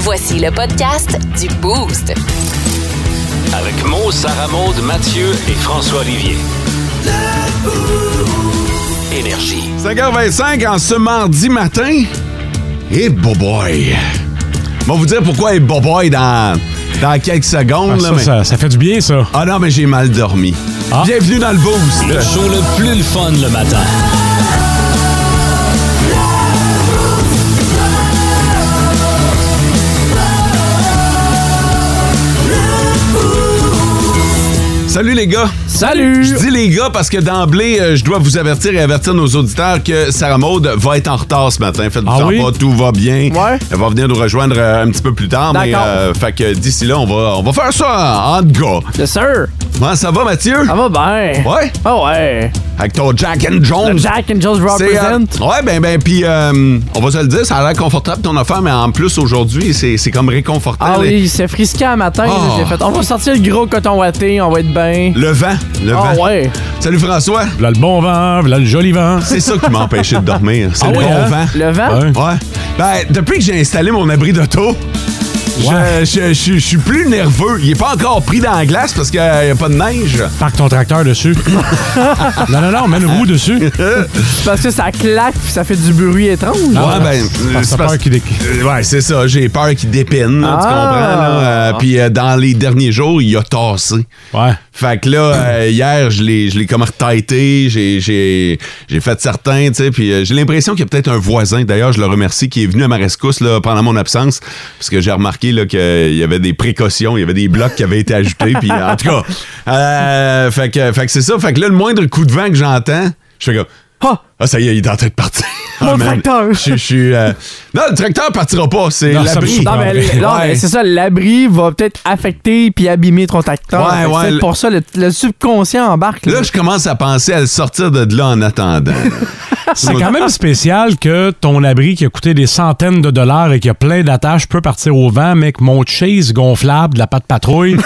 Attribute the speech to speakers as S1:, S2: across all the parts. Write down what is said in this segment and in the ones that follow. S1: Voici le podcast du Boost.
S2: Avec Mo, Sarah Maud, Mathieu et François Olivier. Énergie.
S3: 5h25 en ce mardi matin. Et boboy. Je vais vous dire pourquoi et boboy dans, dans quelques secondes.
S4: Ah,
S3: là,
S4: ça,
S3: mais-
S4: ça, ça fait du bien, ça. Ah.
S3: Ah non, mais j'ai mal dormi. Bienvenue dans le boost.
S2: Le show le plus le fun le matin.
S3: Salut les gars.
S4: Salut!
S3: Je dis les gars parce que d'emblée, euh, je dois vous avertir et avertir nos auditeurs que Sarah Maud va être en retard ce matin. Faites-vous
S4: Ah
S3: en
S4: oui?
S3: pas, tout va bien.
S5: Ouais.
S3: Elle va venir nous rejoindre euh, un petit peu plus tard. Mais,
S5: D'accord.
S3: euh, fait que d'ici là, on va, on va faire ça en gars.
S5: Le sir,
S3: Comment ça va, Mathieu?
S5: ça va bien.
S3: Ouais?
S5: Ah ouais.
S3: Avec ton Jack and Jones.
S5: Le Jack and Jones
S3: C'est, euh,
S5: represent.
S3: ouais, ben, ben, puis euh, on va se le dire, ça a l'air confortable ton affaire, mais en plus aujourd'hui, c'est, c'est comme réconfortant.
S5: Ah
S3: les-
S5: oui, c'est frisqué à matin.
S3: Oh.
S5: J'ai fait, on va sortir le gros coton watté, on va être bien.
S3: Le vent, le
S5: Ah
S3: vent.
S5: ouais.
S3: Salut François.
S4: Voilà le bon vent, voilà le joli vent.
S3: C'est ça qui m'a empêché de dormir. C'est
S4: Ah
S3: le
S4: oui,
S3: bon
S4: hein?
S3: vent.
S5: Le vent?
S4: Ouais.
S3: Ouais. Ben, depuis que j'ai installé mon abri d'auto, je-
S4: Ouais.
S3: je, je- je suis plus nerveux. Il est pas encore pris dans la glace parce qu'il n'y a pas de neige.
S4: Parque ton tracteur dessus. non, non, non, mets une roue dessus.
S5: C'est Parce que ça claque puis ça fait du bruit étrange.
S4: Ah,
S3: ouais, ben,
S4: Parce que t'as
S3: c'est parce-
S4: peur qu'il déc-
S3: Euh, Ouais, c'est ça. J'ai peur qu'il dépine. là, Tu
S5: Ah.
S3: comprends, là? Euh, Puis euh, dans les derniers jours, il a tassé.
S4: Ouais.
S3: Fait que là, euh, hier, je l'ai, je l'ai comme retaité, j'ai, j'ai, j'ai fait certains, tu sais, puis euh, j'ai l'impression qu'il y a peut-être un voisin, d'ailleurs, je le remercie, qui est venu à ma rescousse là, pendant mon absence, parce que j'ai remarqué là, qu'il y avait des précautions, il y avait des blocs qui avaient été ajoutés, puis en tout cas, euh, fait, que, fait que c'est ça, fait que là, le moindre coup de vent que j'entends, je fais comme...
S5: Ah!
S3: Ah, ça y est, il est en train de partir.
S5: Mon
S3: Ah, man.
S5: tracteur.
S3: Je, je suis. euh, Non, le tracteur partira pas. C'est
S4: Non, ça me
S3: l'abri.
S4: surprend.
S5: Non, mais,
S4: Ouais.
S5: non,
S3: Ouais.
S5: mais c'est ça, l'abri va peut-être affecter puis abîmer ton tacteur.
S3: Ouais,
S5: Fait que
S3: ouais,
S5: c'est
S3: le-
S5: Pour ça, le, le subconscient embarque.
S3: Là, je commence à penser à le sortir de là en attendant.
S4: C'est quand même spécial que ton abri qui a coûté des centaines de dollars et qui a plein d'attaches peut partir au vent, mais que mon chase gonflable de la patte patrouille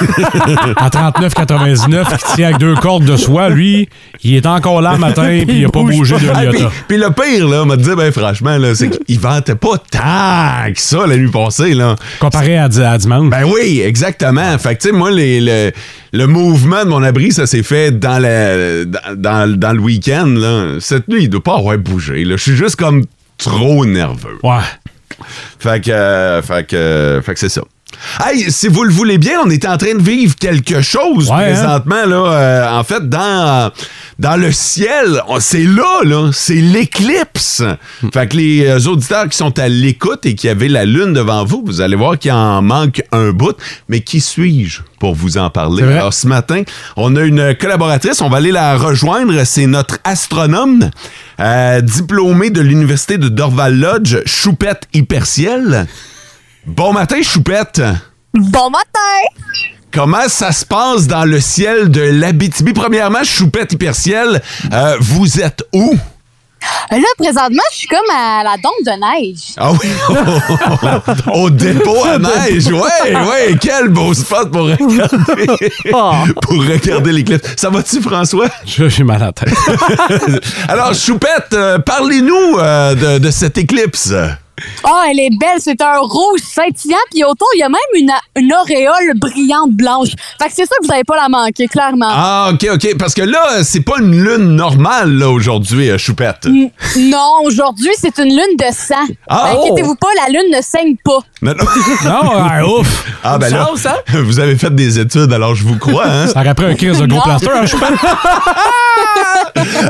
S4: à 39,99 qui tient avec deux cordes de soie, lui, il est encore là le matin puis il a pas
S5: bouge
S4: bougé de
S3: Ah, puis,
S4: l'iota.
S3: puis le pire, là, m'a dit, ben franchement, là, c'est qu'il vantait pas tant que ça la nuit passée, là.
S4: Comparé à, di- à dimanche.
S3: Ben oui, exactement. Fait que, tu sais, moi, les- le, le mouvement de mon abri, ça s'est fait dans, la, dans, dans- dans le week-end, là. Cette nuit, il doit pas avoir bougé, là. Je suis juste comme trop nerveux.
S4: ouais.
S3: Fait que, euh, fait que, euh, fait que c'est ça. Hey, si vous le voulez bien, on est en train de vivre quelque chose
S4: Ouais, hein?
S3: présentement. Là, Euh, en fait, dans, dans le ciel, on- c'est là, là c'est l'éclipse.
S4: Hmm.
S3: Fait que les euh, auditeurs qui sont à l'écoute et qui avaient la lune devant vous, vous allez voir qu'il en manque un bout. Mais qui suis-je pour vous en parler?
S4: C'est vrai.
S3: Alors, ce matin, on a une collaboratrice, on va aller la rejoindre. C'est notre astronome, euh, diplômé de l'université de Dorval Lodge, Choupette Hyperciel. Bon matin, Choupette.
S6: Bon matin!
S3: Comment ça se passe dans le ciel de l'Abitibi? Premièrement, Choupette Hyperciel, euh, vous êtes où?
S6: Là, présentement, je suis comme à la dombe de neige.
S3: Ah oui, au dépôt à neige. Ouais, ouais, quel beau spot pour regarder,
S5: Ah.
S3: pour regarder l'éclipse. Ça va-tu, François?
S4: Je- J'ai mal à la tête.
S3: Alors, Choupette, euh, parlez-nous euh, de, de cette éclipse.
S6: Oh, elle est belle, c'est un rouge scintillant, puis autour, il y a même une, une auréole brillante blanche. Fait que c'est sûr que vous n'avez pas la manquer, clairement.
S3: Ah, OK, OK. Parce que là, euh, c'est pas une lune normale, là, aujourd'hui, euh, Choupette.
S6: N- Non, aujourd'hui, c'est une lune de sang.
S3: Ah, oh!
S6: Inquiétez-vous pas, la lune ne saigne pas.
S3: Non, non.
S4: Non, ah, ouf!
S3: Ah, ben là,
S5: Chance, hein?
S3: vous avez fait des études, alors je vous crois, hein?
S4: Ça aurait pris un crise de gros
S6: Non.
S4: plaster, hein, je pense.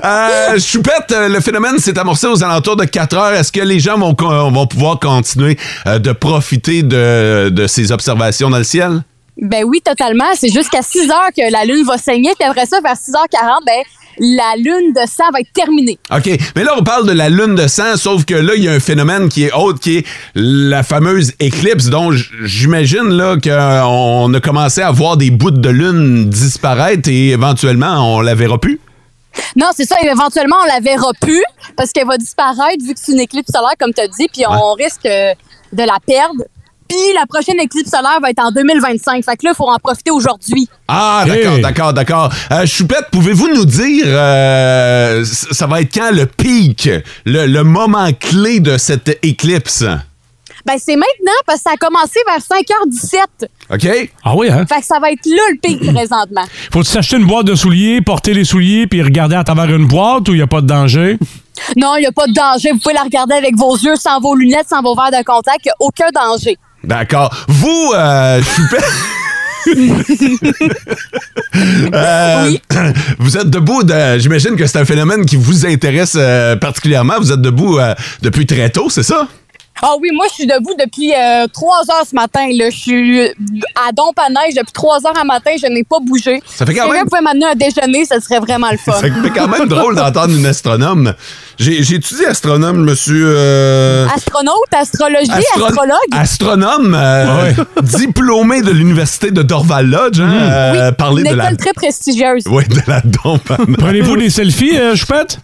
S3: Euh, Choupette, euh, le phénomène s'est amorcé aux alentours de 4 heures. Est-ce que les gens vont, con- euh, vont pouvoir continuer euh, de profiter de, de ces observations dans le ciel?
S6: Ben oui, totalement. C'est jusqu'à 6 heures que la lune va saigner, puis après ça, vers 6h40, ben, la lune de sang va être terminée.
S3: OK. Mais là, on parle de la lune de sang, sauf que là, il y a un phénomène qui est autre, qui est la fameuse éclipse, dont j- j'imagine là qu'on a commencé à voir des bouts de lune disparaître et éventuellement, on la verra plus.
S6: Non, c'est ça. Éventuellement, on la verra plus parce qu'elle va disparaître vu que c'est une éclipse solaire, comme tu as dit, puis on risque euh, de la perdre. Puis la prochaine éclipse solaire va être en 2025. Fait que là, il faut en profiter aujourd'hui.
S3: Ah, d'accord,
S4: Hey.
S3: d'accord, d'accord. Euh, Choupette, pouvez-vous nous dire, euh, c- ça va être quand le pic, le, le moment clé de cette éclipse?
S6: Ben, c'est maintenant parce que ça a commencé vers 5h17.
S3: OK?
S4: Ah oui, hein?
S6: Fait que ça va être là le pic présentement.
S4: Faut-tu s'acheter une boîte de souliers, porter les souliers, puis regarder à travers une boîte où il n'y a pas de danger?
S6: Non, il n'y a pas de danger. Vous pouvez la regarder avec vos yeux, sans vos lunettes, sans vos verres de contact. Il n'y a aucun danger.
S3: D'accord. Vous, euh, je suis pas- Euh,
S6: Oui.
S3: Vous êtes debout, de- j'imagine que c'est un phénomène qui vous intéresse euh, particulièrement. Vous êtes debout euh, depuis très tôt, c'est ça?
S6: Ah oui, moi, je suis debout depuis euh, 3 heures ce matin. Là. Je suis à Dompe à neige depuis 3 heures à matin. Je n'ai pas bougé.
S3: Ça fait quand
S6: Si
S3: même-
S6: quelqu'un pouvait m'amener un déjeuner, ce serait vraiment le fun.
S3: C'est quand même drôle d'entendre une astronome. J'ai j'ai étudié astronome, monsieur. euh,
S6: Astronaute, astrologie,
S3: astro- Ah,
S6: astrologue.
S3: Astronome, euh, diplômé de l'université de Dorval Lodge, hein,
S4: Hmm.
S3: euh, parler
S6: Une
S3: de
S6: école
S3: la.
S6: très prestigieuse.
S3: Oui, de la dompe.
S4: Prenez-vous des selfies, euh, Choupette?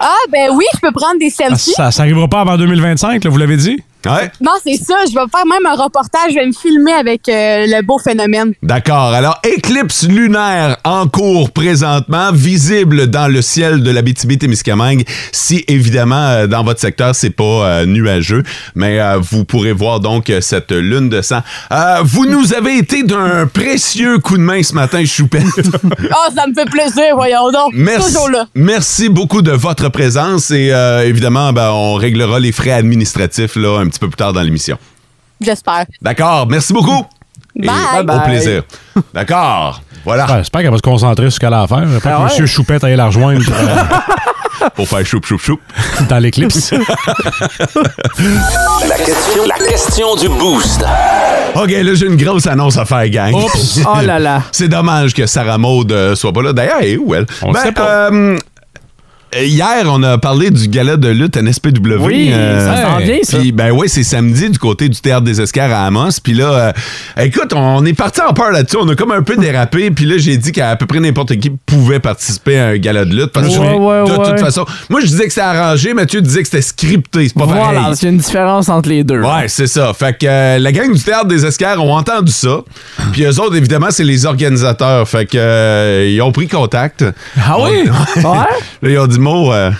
S6: Ah, ben oui, je peux prendre des
S4: Ah,
S6: selfies.
S4: Ça n'arrivera pas avant 2025, là, vous l'avez dit?
S3: Ouais.
S6: Non, c'est ça. Je vais faire même un reportage. Je vais me filmer avec euh, le beau phénomène.
S3: D'accord. Alors, éclipse lunaire en cours présentement, visible dans le ciel de l'Abitibi-Témiscamingue. Si, évidemment, euh, dans votre secteur, c'est pas euh, nuageux, mais euh, vous pourrez voir donc euh, cette lune de sang. Euh, vous nous avez été d'un précieux coup de main ce matin, Choupette.
S6: Ah, ça me fait plaisir, voyons donc.
S3: Merci,
S6: Toujours là.
S3: merci beaucoup de votre présence et euh, évidemment, ben, on réglera les frais administratifs là, un petit peu plus tard dans l'émission.
S6: J'espère.
S3: D'accord, merci beaucoup. Et
S6: Bye.
S3: Au
S5: Bye.
S3: plaisir. D'accord. Ah, Voilà,
S4: Ouais, J'espère qu'elle va se concentrer sur ce qu'elle a à faire. Après
S5: Ah ouais?
S4: que M. Choupette aille la rejoindre euh,
S3: pour faire choup, choup, choup.
S4: dans l'éclipse.
S2: La question, la question du boost.
S3: OK, là, j'ai une grosse annonce à faire, gang.
S4: Oups.
S5: Oh là là.
S3: C'est dommage que Sarah Maud euh, soit pas là. D'ailleurs, elle est où, elle?
S4: On le sait pas.
S3: euh, Hier, on a parlé du gala de lutte NSPW.
S5: Oui, ça
S4: s'en
S5: vient, ça.
S3: Puis, ben oui, c'est samedi du côté du Théâtre des Escarres à Amos. Puis là, euh, écoute, on est parti en peur là-dessus. On a comme un peu dérapé. Puis là, j'ai dit qu'à à peu près n'importe qui pouvait participer à un gala de lutte. Parce que
S5: Ouais, ouais,
S3: de toute
S5: ouais.
S3: façon, moi, je disais que c'était arrangé. Mathieu disait que c'était scripté. C'est pas pareil.
S5: Voilà, c'est une différence entre les deux.
S4: Hein.
S3: Ouais, c'est ça. Fait que euh, la gang du théâtre des Escarres ont entendu ça. Puis eux autres, évidemment, c'est les organisateurs. Fait que euh, ils ont pris contact.
S4: Ah oui?
S5: Ouais?
S3: Là, ils ont dit Mo, euh,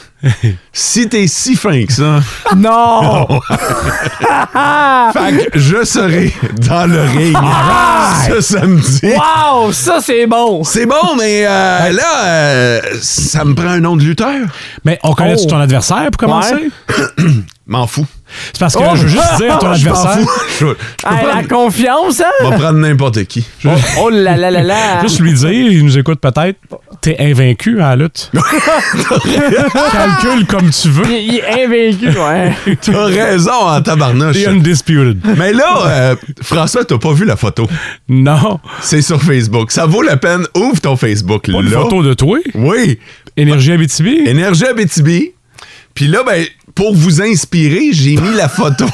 S3: si t'es si fin que ça,
S5: Non!
S3: fait que je serai dans le ring ce samedi.
S5: Wow! Ça, c'est bon!
S3: C'est bon, mais euh, là, euh, ça me prend un nom de lutteur.
S4: Mais on connaît
S5: Oh.
S4: ton adversaire pour commencer?
S5: Ouais.
S3: M'en fous.
S4: C'est parce que
S5: Oh.
S4: je veux juste dire à ton
S3: Je m'en
S4: adversaire.
S3: fous. Je, je peux
S5: Hey, la
S3: prendre-
S5: confiance,
S3: je
S5: hein?
S3: vais prendre n'importe qui.
S5: Oh, oh là là là là!
S4: Juste lui dire, il nous écoute peut-être, t'es invaincu à la lutte. Calcule comme tu veux.
S5: Il, il est invaincu, ouais.
S3: T'as raison en tabarnouche.
S4: The Undisputed.
S3: Mais là, euh, François, t'as pas vu la photo.
S4: Non.
S3: C'est sur Facebook. Ça vaut la peine. Ouvre ton Facebook.
S4: Pas une
S3: là.
S4: photo de toi.
S3: Oui.
S4: Énergie Abitibi.
S3: Énergie Abitibi. Puis là, ben, pour vous inspirer, j'ai mis la photo.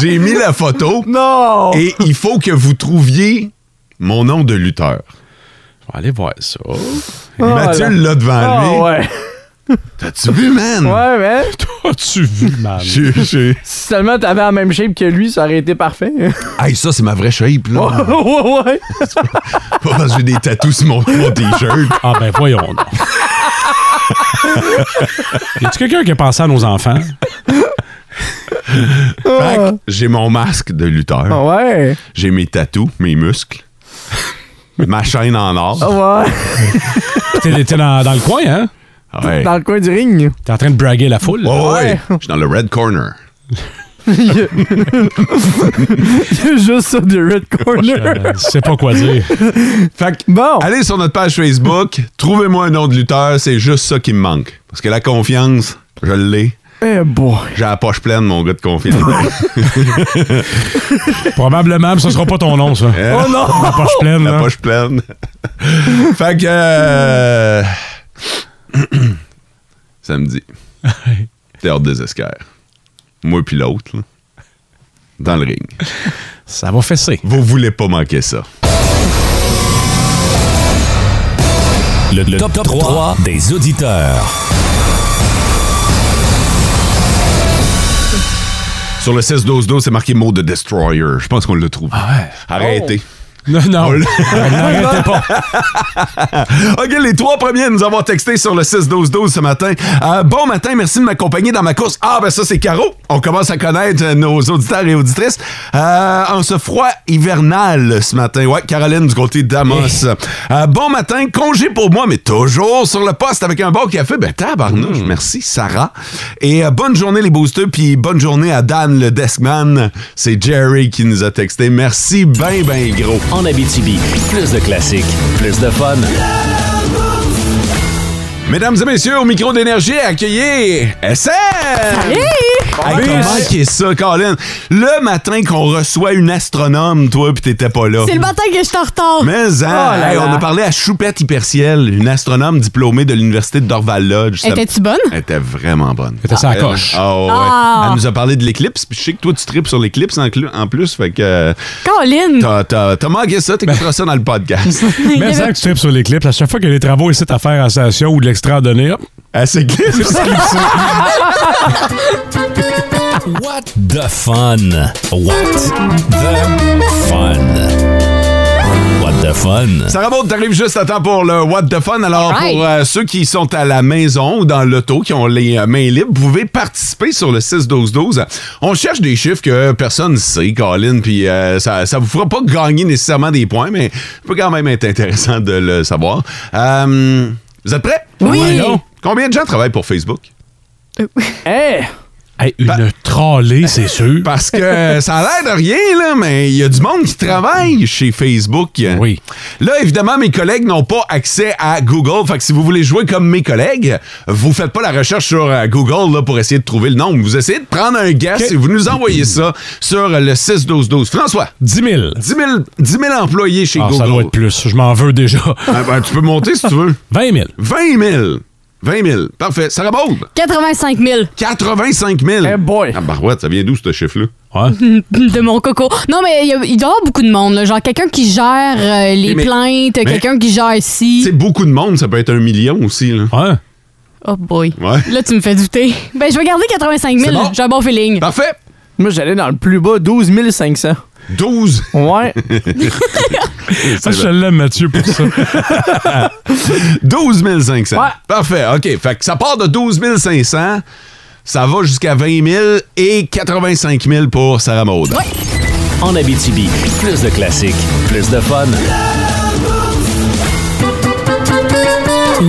S3: j'ai mis la photo.
S5: Non!
S3: Et il faut que vous trouviez mon nom de lutteur.
S4: On va aller voir ça.
S3: Mathieu l'a devant
S5: Oh, Ah
S3: lui.
S5: ouais.
S3: T'as-tu vu, man?
S5: Ouais, mais
S4: T'as-tu vu, man?
S3: J'ai- j'ai-
S5: si seulement t'avais la même shape que lui, ça aurait été parfait.
S3: Hey, ça, c'est ma vraie shape, là.
S5: ouais, ouais.
S3: Pas parce que j'ai des tatous sur mon, mon t-shirt.
S4: Ah ben voyons donc. y a-tu quelqu'un qui a pensé à nos enfants?
S3: Fait que J'ai mon masque de lutteur.
S5: Ah Ouais.
S3: J'ai mes tatous, mes muscles, ma chaîne en or.
S5: Ah Ouais.
S4: T'es t'es dans, dans le coin, hein?
S3: Ouais.
S5: Dans le coin du ring.
S4: T'es en train de braguer la foule.
S3: Ouais, ouais, ouais. Je suis dans le red corner.
S5: Il y a juste ça de Red
S4: Euh,
S5: Corner.
S4: je sais pas quoi dire.
S3: Fait que,
S5: Bon.
S3: allez sur notre page Facebook, trouvez-moi un nom de lutteur, c'est juste ça qui me manque. Parce que la confiance, je l'ai.
S5: Eh boy.
S3: J'ai la poche pleine, mon gars de confiance. Hein?
S4: Probablement, mais ce sera pas ton nom, ça.
S3: Euh,
S5: Oh non!
S4: La poche pleine, hein.
S3: la
S4: là.
S3: poche pleine. fait que. euh, Samedi. Théâtre des escarres. Moi puis l'autre, là. Dans le ring.
S4: Ça va fesser.
S3: Vous voulez pas manquer ça.
S2: Le, top, 3, des auditeurs. Ah Oh.
S3: Sur le 16-12-12, c'est marqué mot de Destroyer. Je pense qu'on l'a trouvé. Arrêtez.
S4: Non, non. N'arrêtez pas.
S3: OK, les trois premiers à nous avoir texté sur le 6-12-12 ce matin. Euh, bon matin, merci de m'accompagner dans ma course. Ah, ben ça, c'est Caro. On commence à connaître euh, nos auditeurs et auditrices. Euh, en ce froid hivernal ce matin. Ouais, Caroline du côté d'Amos. Euh, bon matin, congé pour moi, mais toujours sur le poste avec un bon café. Ben, tabarnouche, merci, Sarah. Et euh, bonne journée, les boosters, puis bonne journée à Dan, le deskman. C'est Jerry qui nous a texté. Merci, ben, ben gros.
S2: En Abitibi, plus de classiques, plus de fun.
S3: Mesdames et messieurs, au micro d'énergie, accueillez SM! Salut! Comment manqué ça, Colin? Le matin qu'on reçoit une astronome, toi, puis t'étais pas là.
S7: C'est le matin que je suis en retard.
S3: Mais
S5: Oh
S3: hein,
S5: là
S3: hey,
S5: là.
S3: on a parlé à Choupette Hyperciel, une astronome diplômée de l'université de Dorval Lodge. Ça-
S7: Étais-tu bonne?
S3: Elle était vraiment bonne.
S4: C'était sa coche.
S3: Ah ouais.
S7: Ah.
S3: Elle nous a parlé de l'éclipse, puis je sais que toi, tu tripes sur l'éclipse en, clu- en plus, fait que euh,
S7: Colin!
S3: t'as- t'as t'as manqué ça, t'écouteras ça dans le podcast.
S7: Il y
S4: Ben- Mais ça
S7: avait-
S4: que tu tripes sur les clips, à chaque fois qu'il y a des travaux ici à faire à la station ou de l'extra à donner, hop,
S3: Elle s'éclipse.
S2: What the
S4: Ah,
S2: fun? What the fun? What the fun?
S3: Sarah Maud, t'arrives juste à temps pour le What the Fun. Alors,
S7: Alright.
S3: pour euh, ceux qui sont à la maison ou dans l'auto, qui ont les euh, mains libres, vous pouvez participer sur le 6-12-12. On cherche des chiffres que personne ne sait, Colin, puis euh, ça, ça vous fera pas gagner nécessairement des points, mais ça peut quand même être intéressant de le savoir. Euh, vous êtes prêts?
S7: Oui.
S4: voyons.
S3: Combien de gens travaillent pour Facebook?
S5: Hey!
S4: Hey, une trollée, c'est sûr.
S3: Bah- Parce que ça a l'air de rien, là, mais il y a du monde qui travaille chez Facebook.
S4: Oui.
S3: Là, évidemment, mes collègues n'ont pas accès à Google. Fait que si vous voulez jouer comme mes collègues, vous faites pas la recherche sur euh, Google là, pour essayer de trouver le nombre. Vous essayez de prendre un guess et vous nous envoyez ça sur le 6-12-12. François,
S4: 10 000.
S3: 10 000, 10 000 employés chez
S4: Ah,
S3: Google.
S4: ça doit être plus. Je m'en veux déjà.
S3: Ah, ben, tu peux monter si tu veux.
S4: 20 000.
S3: 20 000. 20 000. Parfait. Sarah Baud,
S7: 85 000
S3: 85 000.
S5: Eh boy.
S3: Ah, barouette, ça vient d'où ce chiffre-là?
S4: Ouais.
S7: de mon coco. Non, mais il, y a- il doit y avoir beaucoup de monde. là. Genre quelqu'un qui gère euh, les
S3: Mais-
S7: plaintes, quelqu'un qui gère ici.
S3: C'est beaucoup de monde, ça peut être un million aussi. Là.
S4: Ouais.
S7: Oh boy.
S3: Ouais.
S7: Là, tu me fais douter. Ben, je vais garder 85
S3: C'est
S7: 000.
S3: bon?
S7: J'ai un bon feeling.
S3: Parfait.
S5: Moi, j'allais dans le plus bas, 12 500.
S3: 12.
S5: Ouais.
S4: Ça, je te l'aime, Mathieu, pour ça.
S3: 12 500.
S5: Ouais.
S3: Parfait. OK. Fait que ça part de 12 500. Ça va jusqu'à 20 000 et 85 000 pour Sarah Maud.
S2: En Abitibi, plus de classiques, plus de fun.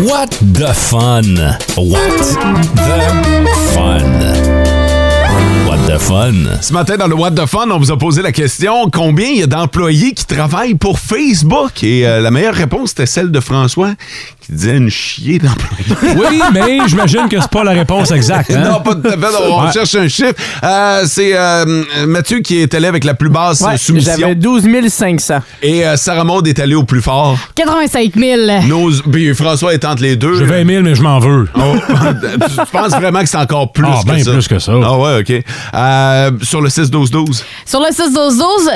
S2: What the fun? What the fun? What the fun?
S3: Ce matin, dans le What the Fun, on vous a posé la question combien il y a d'employés qui travaillent pour Facebook? Et euh, la meilleure réponse, c'était celle de François qui disait une chier d'employés.
S4: Oui, mais j'imagine que c'est pas la réponse exacte. hein?
S3: Non, pas tout à fait. On
S4: Ouais.
S3: cherche un chiffre. Euh, C'est euh, Mathieu qui est allé avec la plus basse
S5: Ouais,
S3: soumission.
S5: J'avais 12 500.
S3: Et euh, Sarah Maud est allée au plus fort.
S7: 85 000.
S3: Nos, puis François est entre les deux.
S4: J'ai 20 000, mais je m'en veux.
S3: Oh, tu tu penses vraiment que c'est encore plus
S4: Ah,
S3: que
S4: ben
S3: ça?
S4: plus que ça.
S3: Ah ouais, OK. Euh, sur le 6-12-12.
S7: Sur le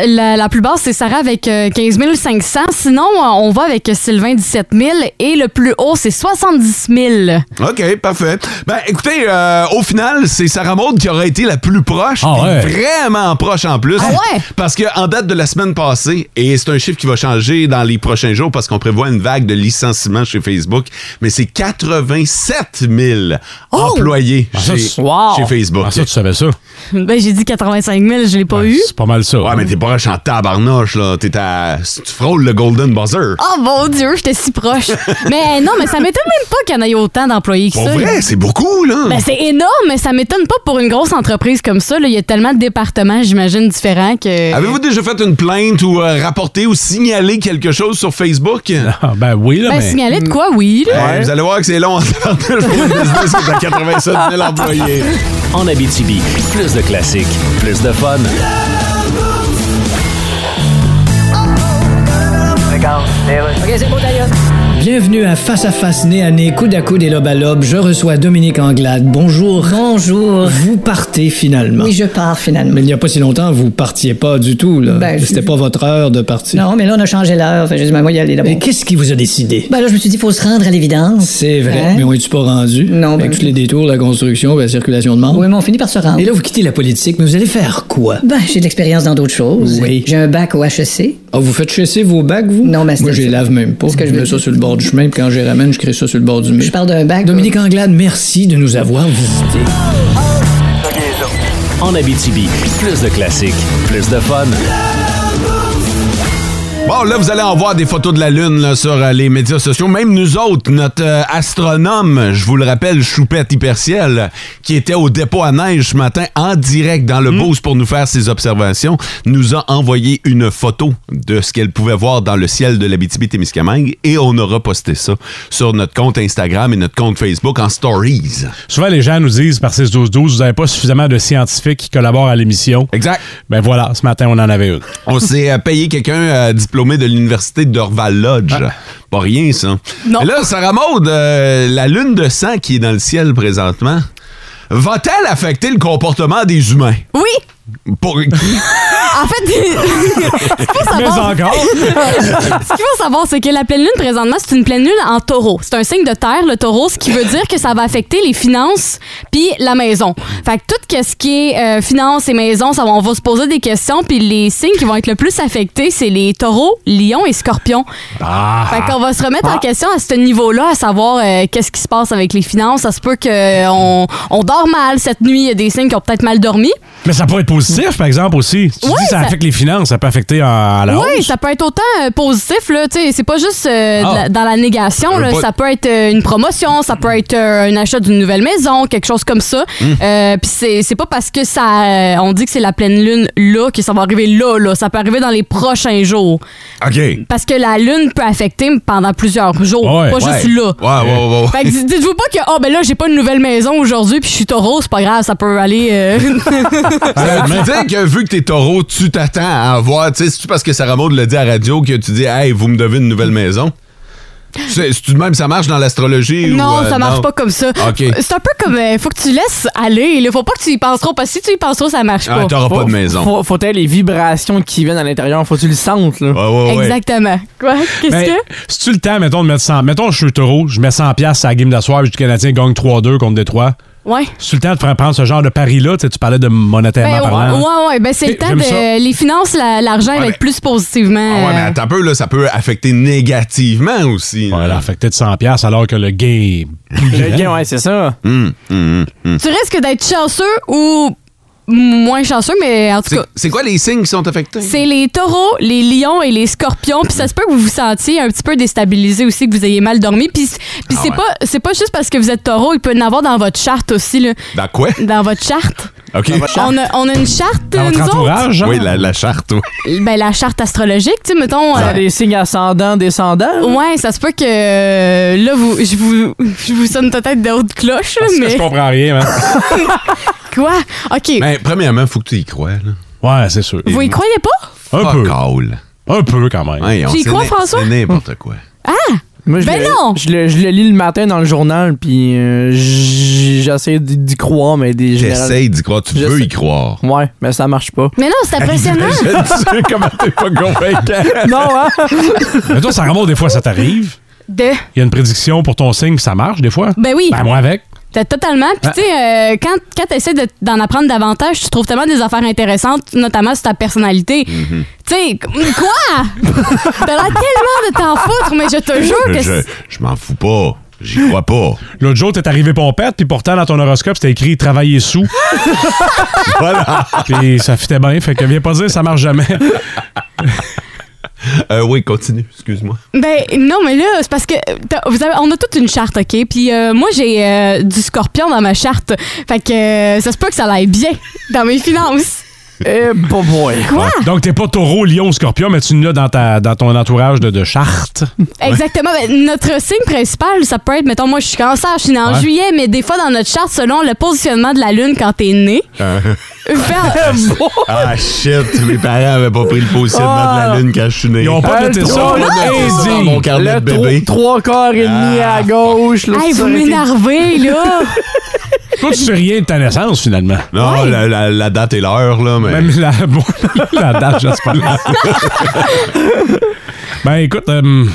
S7: 6-12-12, la, la plus basse, c'est Sarah avec euh, 15 500. Sinon, euh, on va avec Sylvain, 17 000. Et le plus haut, c'est 70 000.
S3: OK, parfait. Ben, écoutez, euh, au final, c'est Sarah Maud qui aurait été la plus proche.
S4: Ah
S3: puis
S4: ouais.
S3: Vraiment proche en plus.
S7: Ah ouais?
S3: Parce qu'en date de la semaine passée, et c'est un chiffre qui va changer dans les prochains jours parce qu'on prévoit une vague de licenciements chez Facebook, mais c'est 87 000
S7: Oh!
S3: employés
S4: Ah, ça,
S3: chez,
S4: c'est-
S5: Wow.
S3: chez Facebook.
S4: Ah, ça, tu savais ça.
S7: Ben, j'ai dit 85 000, je l'ai
S3: Ben,
S7: pas eu.
S4: C'est pas mal ça. hein?
S3: Ouais, mais t'es proche en tabarnouche, là. T'es à... Tu frôles le golden buzzer.
S7: Oh mon Dieu, j'étais si proche. mais non, mais ça m'étonne même pas qu'il y en ait autant d'employés que
S3: Pour
S7: ça.
S3: vrai, c'est beaucoup, là.
S7: Ben, c'est énorme, mais ça m'étonne pas pour une grosse entreprise comme ça. là. Il y a tellement de départements, j'imagine, différents que.
S3: Avez-vous déjà fait une plainte ou euh, rapporté ou signalé quelque chose sur Facebook?
S4: Ah, ben oui, là,
S7: Ben,
S4: mais.
S7: signaler de quoi, oui. là.
S3: Euh, vous allez voir que c'est long en temps de jouer au business qui est à 87 000 employés.
S2: En Abitibi, plus de classiques, plus de fun.
S8: Bienvenue à Face à Face, nez à nez, coude à coude et lobe à lobe. Je reçois Dominique Anglade. Bonjour.
S9: Bonjour.
S8: Vous partez finalement.
S9: Oui, je pars finalement.
S8: Mais il n'y a pas si longtemps, vous partiez pas du tout. Là.
S9: Ben, je-
S8: C'était pas votre heure de partir.
S9: Non, mais là, on a changé l'heure. Fait que J'ai dit, ben, moi, y aller
S8: Mais
S9: d'abord.
S8: qu'est-ce qui vous a décidé?
S9: Ben là, je me suis dit, il faut se rendre à l'évidence.
S8: C'est vrai,
S9: Hein?
S8: mais on est-tu pas rendu?
S9: Non, ben-
S8: Avec tous les détours, la construction, la circulation de membres.
S9: Oui, mais on finit par se rendre.
S8: Et là, vous quittez la politique, mais vous allez faire quoi?
S9: Ben, j'ai de l'expérience dans d'autres choses.
S8: Oui.
S9: J'ai un bac au HEC.
S8: Ah, vous faites chasser vos bacs, vous?
S9: Non, mais
S8: Moi,
S9: c'est-
S8: je les lave même pas.
S9: c'est ce que je
S8: je mets
S9: veux
S8: ça
S9: dire.
S8: sur le bord du chemin, puis quand je les ramène, je crée ça sur le bord du mur.
S9: Je parle d'un bac.
S8: Dominique Anglade, merci de nous avoir visité.
S2: En Abitibi, plus de classiques, plus de fun.
S3: Bon, là, vous allez en voir des photos de la Lune là, sur euh, les médias sociaux. Même nous autres, notre euh, astronome, je vous le rappelle, Choupette Hyperciel, euh, qui était au dépôt à neige ce matin en direct dans le Beauce pour nous faire ses observations, nous a envoyé une photo de ce qu'elle pouvait voir dans le ciel de l'Abitibi-Témiscamingue et on aura posté ça sur notre compte Instagram et notre compte Facebook en Stories.
S4: Souvent, les gens nous disent par ces 12-12, vous n'avez pas suffisamment de scientifiques qui collaborent à l'émission.
S3: Exact.
S4: Ben voilà, ce matin, on en avait une.
S3: On s'est euh, payé quelqu'un euh, diplômé de l'université d'Orval Lodge. Pas rien, ça.
S7: Non.
S3: Et là, Sarah Maud, euh, la lune de sang qui est dans le ciel présentement, va-t-elle affecter le comportement des humains?
S7: Oui!
S3: Pour qui?
S7: En fait, ce qu'il faut
S4: Mais
S7: savoir,
S4: encore,
S7: ce qu'il faut savoir, c'est que la pleine lune, présentement, c'est une pleine lune en taureau. C'est un signe de terre, le taureau, ce qui veut dire que ça va affecter les finances puis la maison. Fait que tout que ce qui est euh, finances et maison, ça, va- on va se poser des questions. Puis les signes qui vont être le plus affectés, c'est les taureaux, lions et scorpions.
S4: Ah.
S7: Fait qu'on va se remettre en question à ce niveau-là, à savoir euh, qu'est-ce qui se passe avec les finances. Ça se peut qu'on on dort mal cette nuit. Il y a des signes qui ont peut-être mal dormi.
S4: mais ça pourrait être positif, par exemple, aussi. Tu
S7: Ouais,
S4: dis
S7: ça-
S4: ça, affecte les finances, ça peut affecter euh, à la
S7: Oui,
S4: hausse.
S7: ça peut être autant euh, positif, là. tu sais, C'est pas juste euh, de
S4: Ah.
S7: la- dans la négation.
S3: veut
S7: là.
S3: pas-
S7: Ça peut être euh, une promotion, ça peut être euh, un achat d'une nouvelle maison, quelque chose comme ça.
S3: Hmm.
S7: Euh, Puis c'est- c'est pas parce que ça. euh, on dit que c'est la pleine lune là que ça va arriver là, là. Ça peut arriver dans les prochains jours.
S3: OK.
S7: Parce que la lune peut affecter pendant plusieurs jours,
S4: Ouais,
S7: pas
S3: Ouais.
S7: juste là.
S3: Ouais, ouais, ouais, ouais.
S7: Fait que dites- dites-vous pas que, ah, ben là, j'ai pas une nouvelle maison aujourd'hui, puis je suis taureau, c'est pas grave, ça peut aller. euh,
S3: Ça veut dire que vu que t'es taureau, tu t'attends à avoir. Tu sais, c'est-tu parce que Sarah Maud l'a dit à la radio que tu dis, hey, vous me devez une nouvelle maison? C'est c'est-tu de même, ça marche dans l'astrologie? ou,
S7: Non,
S3: euh,
S7: ça marche
S3: non?
S7: pas comme ça.
S3: OK.
S7: C'est un peu comme il faut que tu laisses aller, il faut pas que tu y penses trop parce que si tu y penses trop ça marche
S3: Ah,
S7: pas.
S3: t'auras pas de maison.
S5: Faut, faut t'aies les vibrations qui viennent à l'intérieur. Faut que tu le sentes, là.
S3: Ouais, ouais, ouais.
S7: Exactement. Quoi Qu'est-ce
S4: Ben,
S7: que
S4: C'est-tu le temps, mettons, de mettre 100... Mettons, je suis taureau, je mets 100 piastres à la game de la soirée, puis le Canadien gagne 3-2 contre Détroit.
S7: Ouais.
S4: C'est-tu le temps de faire prendre ce genre de pari-là? Tu sais, tu parlais de monétairement
S7: Ben,
S4: parlant.
S7: ouais, ouais, ouais, ben c'est
S4: Ok,
S7: le temps
S4: j'aime
S7: de
S4: ça.
S7: les finances, la- l'argent va
S3: Ouais,
S7: être plus positivement.
S3: Ah ouais, mais
S7: euh,
S3: attends un peu, là, ça peut affecter négativement aussi. là.
S4: Voilà, fait que peut-être 100 piastres alors que le gain... est plus
S5: Le
S4: grand.
S5: gain, ouais, c'est ça.
S3: Hum, hum, hum.
S7: tu risques d'être chanceux ou moins chanceux, mais en tout
S3: C'est-
S7: cas.
S3: C'est quoi les signes qui sont affectés?
S7: C'est les taureaux, les lions et les scorpions. Puis ça se peut que vous vous sentiez un petit peu déstabilisé aussi, que vous ayez mal dormi. Puis c- puis
S3: Ah
S7: c'est
S3: ouais.
S7: pas c'est pas juste parce que vous êtes taureau, il peut y en avoir dans votre charte aussi, là.
S4: Ben,
S3: Dans quoi?
S7: Dans votre charte.
S3: OK.
S7: On a, on a une charte,
S4: Dans
S7: nous
S4: votre
S7: autres.
S4: entourage, genre?
S3: Oui, la, la charte, oui.
S7: Ben, la charte astrologique, tu sais, mettons.
S5: Ça
S7: euh,
S5: a des signes ascendants, descendants.
S7: ouais, ça se peut que euh, là, vous, je, vous, je vous sonne peut-être d'autres cloches, là,
S4: Parce que
S7: mais.
S4: je comprends rien, man. Ben,
S7: Quoi? OK.
S3: Mais Ben, premièrement, faut que tu y crois. Là.
S4: Ouais, c'est sûr.
S7: vous y croyez pas?
S4: Un
S3: Fuck
S4: peu.
S3: all.
S4: Un peu, quand même.
S3: Hey, on
S7: Tu y
S3: sait
S7: crois,
S3: n-
S7: François?
S3: C'est n'importe quoi.
S5: Moi, je
S7: Ben
S5: le,
S7: non!
S5: Je le, je le lis le matin dans le journal, puis euh, j- j'essaie d'y d'y croire, mais des général-
S3: J'essaie d'y croire. Tu
S5: Je
S3: veux
S5: sais.
S3: y croire.
S5: Ouais, mais ça marche pas.
S7: Mais non, c'est impressionnant.
S4: Imagine-tu comment t'es pas convaincant.
S5: non, hein?
S4: Mais toi, ça remonte des fois, ça t'arrive.
S7: De.
S4: Il y a une prédiction pour ton signe, puis ça marche des fois.
S7: Ben oui.
S4: Ben moi avec.
S7: T'as totalement. Puis,
S4: Ah.
S7: tu sais, euh, quand, quand tu essaies d'en apprendre davantage, tu trouves tellement des affaires intéressantes, notamment sur ta personnalité.
S4: Mhm.
S7: Tu sais, qu- quoi? T'as l'air tellement de t'en foutre, mais je te jure que.
S3: Je,
S7: c'est-
S3: je m'en fous pas. J'y crois pas.
S4: L'autre jour, t'es arrivé pompette, puis pourtant, dans ton horoscope, c'était écrit « Travailler sous
S3: voilà. ».
S4: Puis ça fitait bien, fait que viens pas dire ça marche jamais.
S3: Euh, oui, continue. Excuse-moi.
S7: Ben, non, mais là, c'est parce que. t'as- vous avez- on a toute une charte, OK? Puis, euh, moi, j'ai euh, du scorpion dans ma charte. Fait que euh, ça se peut que ça l'aille bien dans mes finances.
S5: Eh, bon boy.
S4: Donc, t'es pas taureau, lion, scorpion, mais tu l'as dans, ta, dans ton entourage de, de charte.
S7: Exactement. Ben, notre signe principal, ça peut être, mettons, moi, je suis cancer, je suis né en
S4: Ouais.
S7: juillet, mais des fois, dans notre charte, selon le positionnement de la Lune quand t'es né,
S4: Euh.
S7: faire-
S3: Ah, shit. Mes parents avaient pas pris le positionnement
S7: Ah.
S3: de la lune quand je suis né.
S4: Ils ont
S7: Hein,
S4: pas
S5: Ah,
S4: noté
S5: le
S4: ça.
S5: taureau,
S4: là.
S5: non!
S4: Easy.
S3: dans mon carnet
S5: Le
S3: de bébé. Ah.
S5: tro- trois quarts et demi à gauche. Là,
S7: Hey,
S5: ça
S7: vous
S5: aurait été-
S7: m'énervez, là!
S4: Toi, tu sais rien de ta naissance, finalement.
S3: Non, la, la- la date et l'heure, là, mais...
S4: Même la, bon, la date, j'espère. ben, écoute, euh,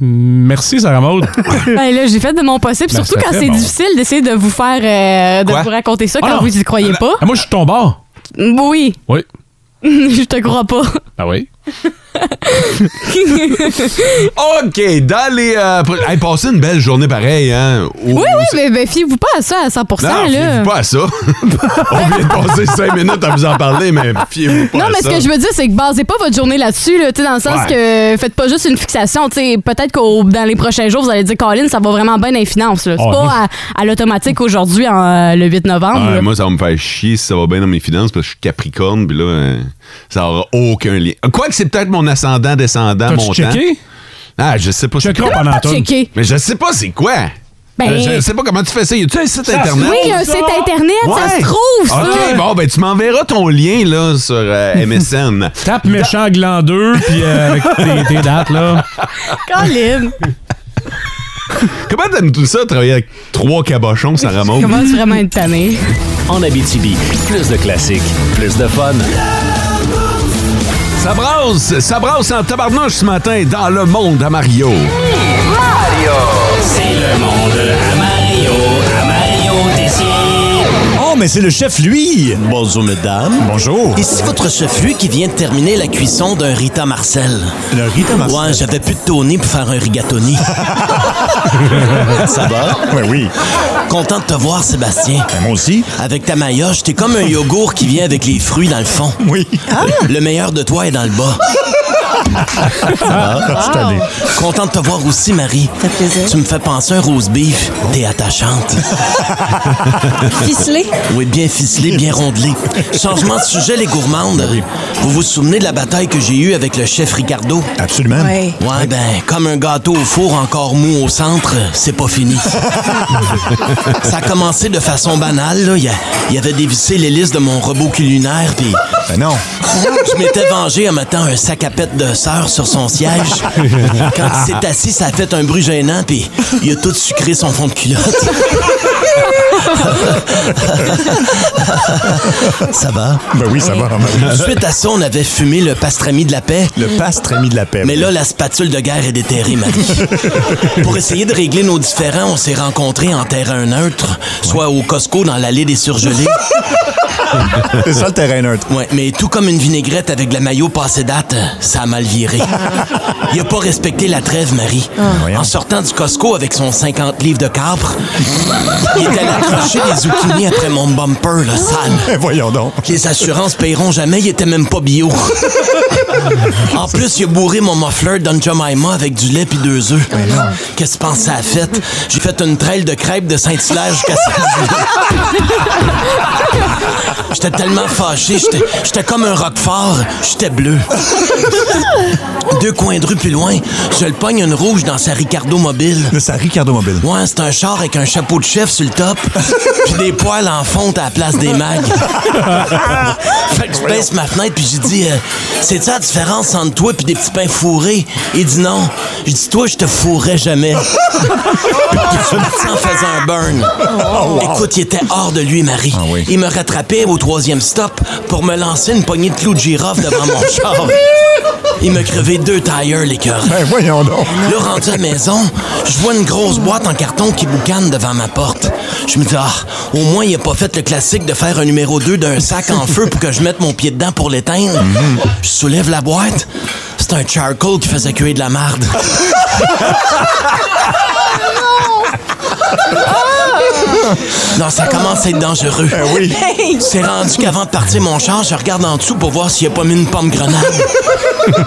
S4: merci, Sarah Maud.
S7: ben là, j'ai fait de mon possible,
S4: Ben,
S7: surtout
S4: ça
S7: quand
S4: fait
S7: c'est
S4: bon.
S7: difficile d'essayer de vous faire, euh, de
S3: Quoi?
S7: vous raconter ça quand
S4: Ah non.
S7: vous y croyez pas.
S4: Ah, moi, je suis ton bord.
S7: Oui,
S4: Oui.
S7: je te crois pas.
S4: Ben oui.
S3: OK, dans les... euh, pr- hey, passez une belle journée pareille, hein? Au-
S7: Oui, oui, mais ben, fiez-vous pas à ça à 100
S3: Non,
S7: là.
S3: fiez-vous pas à ça. On vient de passer cinq minutes à vous en parler, mais fiez-vous pas
S7: Non,
S3: à
S7: mais
S3: ça.
S7: ce que je veux dire, c'est que basez pas votre journée là-dessus, là, tu sais, dans le sens que faites pas juste une fixation. tu sais, Peut-être que dans les prochains jours, vous allez dire, Colin, ça va vraiment bien dans les finances. là. C'est
S4: Ah,
S7: pas
S4: moi,
S7: à, à l'automatique aujourd'hui, en, euh, le 8 novembre.
S3: Ah,
S7: là.
S3: moi, ça va me faire chier si ça va bien dans mes finances parce que je suis Capricorne, puis là, euh, ça aura aucun lien. Quoique, c'est peut-être mon ascendant, descendant,
S4: T'as-tu
S3: mon
S4: checké?
S3: Ah, je sais pas. c'est
S4: Checkera
S3: quoi.
S4: pendant
S7: Pas
S4: tout.
S7: checké.
S3: Mais je sais pas c'est quoi. Euh,
S7: Ben-
S3: Je, je sais pas comment tu fais ça. Y a-tu un site internet?
S7: Oui, il y a un
S4: Ça.
S7: site Internet, ça
S3: Ouais.
S7: se trouve, ça.
S3: OK, bon, ben tu m'enverras ton lien là sur euh, MSN.
S4: Tape méchant glandeux, puis euh, avec tes, tes dates, là.
S7: Colin,
S3: Comment t'aimes tout ça, travailler avec trois cabochons, ça remonte?
S7: commence vraiment une tannée.
S2: En Abitibi, plus de classiques, plus de fun.
S3: Ça brasse, ça brasse en tabarnouche ce matin dans le monde à Mario.
S2: C'est le monde à Mario, à Mario
S10: Oh, mais c'est le chef, lui! Bonjour, mesdames. Bonjour.
S11: Ici votre chef lui qui vient de terminer la cuisson d'un Rita Marcel.
S10: Le riz Thomas.
S11: Ouais, j'avais plus de Tony pour faire un rigatoni. Ça va?
S10: Ouais, Ben oui.
S11: Content de te voir, Sébastien.
S10: Ben, moi aussi.
S11: Avec ta maillotche, t'es comme un yogourt qui vient avec les fruits dans le fond.
S10: Oui.
S11: Le meilleur de toi est dans le bas.
S10: Ah, cette année.
S11: Content de te voir aussi, Marie. Tu me fais penser à un rose beef. T'es attachante.
S9: Ficelé?
S11: Oui, bien ficelé, bien rondelé. Changement de sujet, les gourmandes. Vous vous souvenez de la bataille que j'ai eue avec le chef Ricardo?
S10: Absolument.
S11: Ouais, ben, comme un gâteau au four encore mou au centre, c'est pas fini. ça a commencé de façon banale, là. Il y a- il y avait dévissé l'hélice de mon robot culinaire, puis
S10: Ben non.
S11: je m'étais vengé en mettant un sac à pète de sœur sur son siège. Quand il s'est assis, ça a fait un bruit gênant, puis il a tout sucré son fond de culotte. ça va?
S10: Ben oui, ça va.
S11: Suite à ça, on avait fumé le pastrami de la paix.
S10: Le pastre ami de la paix.
S11: Mais là, la spatule de guerre est déterrée, Marie. Pour essayer de régler nos différends, on s'est rencontrés en terrain neutre, soit au Costco dans l'allée des surgelés.
S10: c'est ça le terrain neutre.
S11: Ouais, mais tout comme une vinaigrette avec de la maillot passée date, euh, ça a mal viré. Il a pas respecté la trêve, Marie.
S10: Ben Voyons.
S11: En sortant du Costco avec son 50 livres de capre, il est allé accrocher des zucchini après mon bumper, le sale.
S10: Ben voyons donc.
S11: Les assurances paieront jamais, il était même pas bio. en plus, il a bourré mon muffler d'un Jemima avec du lait puis deux œufs.
S10: Ben
S11: Qu'est-ce que tu penses que ça a fait? J'ai fait une trail de crêpes de Saint-Hilaire jusqu'à Saint-Hilaire. J'étais tellement fâché, j'étais- j'étais comme un roquefort, j'étais bleu. Deux coins de rue plus loin, je le pogne une rouge dans sa Ricardo mobile.
S10: Le sa Ricardo Mobile.
S11: Ouais, c'est un char avec un chapeau de chef sur le top, puis des poils en fonte à la place des mags. fait que je baisse ma fenêtre, puis j'ai dit euh, C'est ça la différence entre toi puis des petits pains fourrés? » Il dit « Non. » J'ai dit « Toi, je te fourrais jamais. » Puis je suis parti en faisant un burn.
S12: Oh,
S7: Oh,
S11: Écoute, il était hors de lui, Marie.
S10: oui.
S11: Il me rattrapait au troisième stop pour me lancer une poignée de clous de
S3: Ah,
S11: girofle devant mon char. Il me crevait deux tires, les cœurs.
S10: Ben voyons donc.
S11: Là, rendu à la maison, je vois une grosse boîte en carton qui boucane devant ma porte. Je me dis, ah, au moins, il a pas fait le classique de faire un numéro 2 d'un sac en feu pour que je mette mon pied dedans pour l'éteindre.
S10: Mhm.
S11: Je soulève la boîte. C'est un charcoal qui faisait cuire de la marde.
S7: Oh,
S11: Non, ça commence à être dangereux.
S10: Ben oui.
S11: C'est rendu qu'avant de partir mon char, je regarde en dessous pour voir s'il n'y a pas mis une pomme grenade.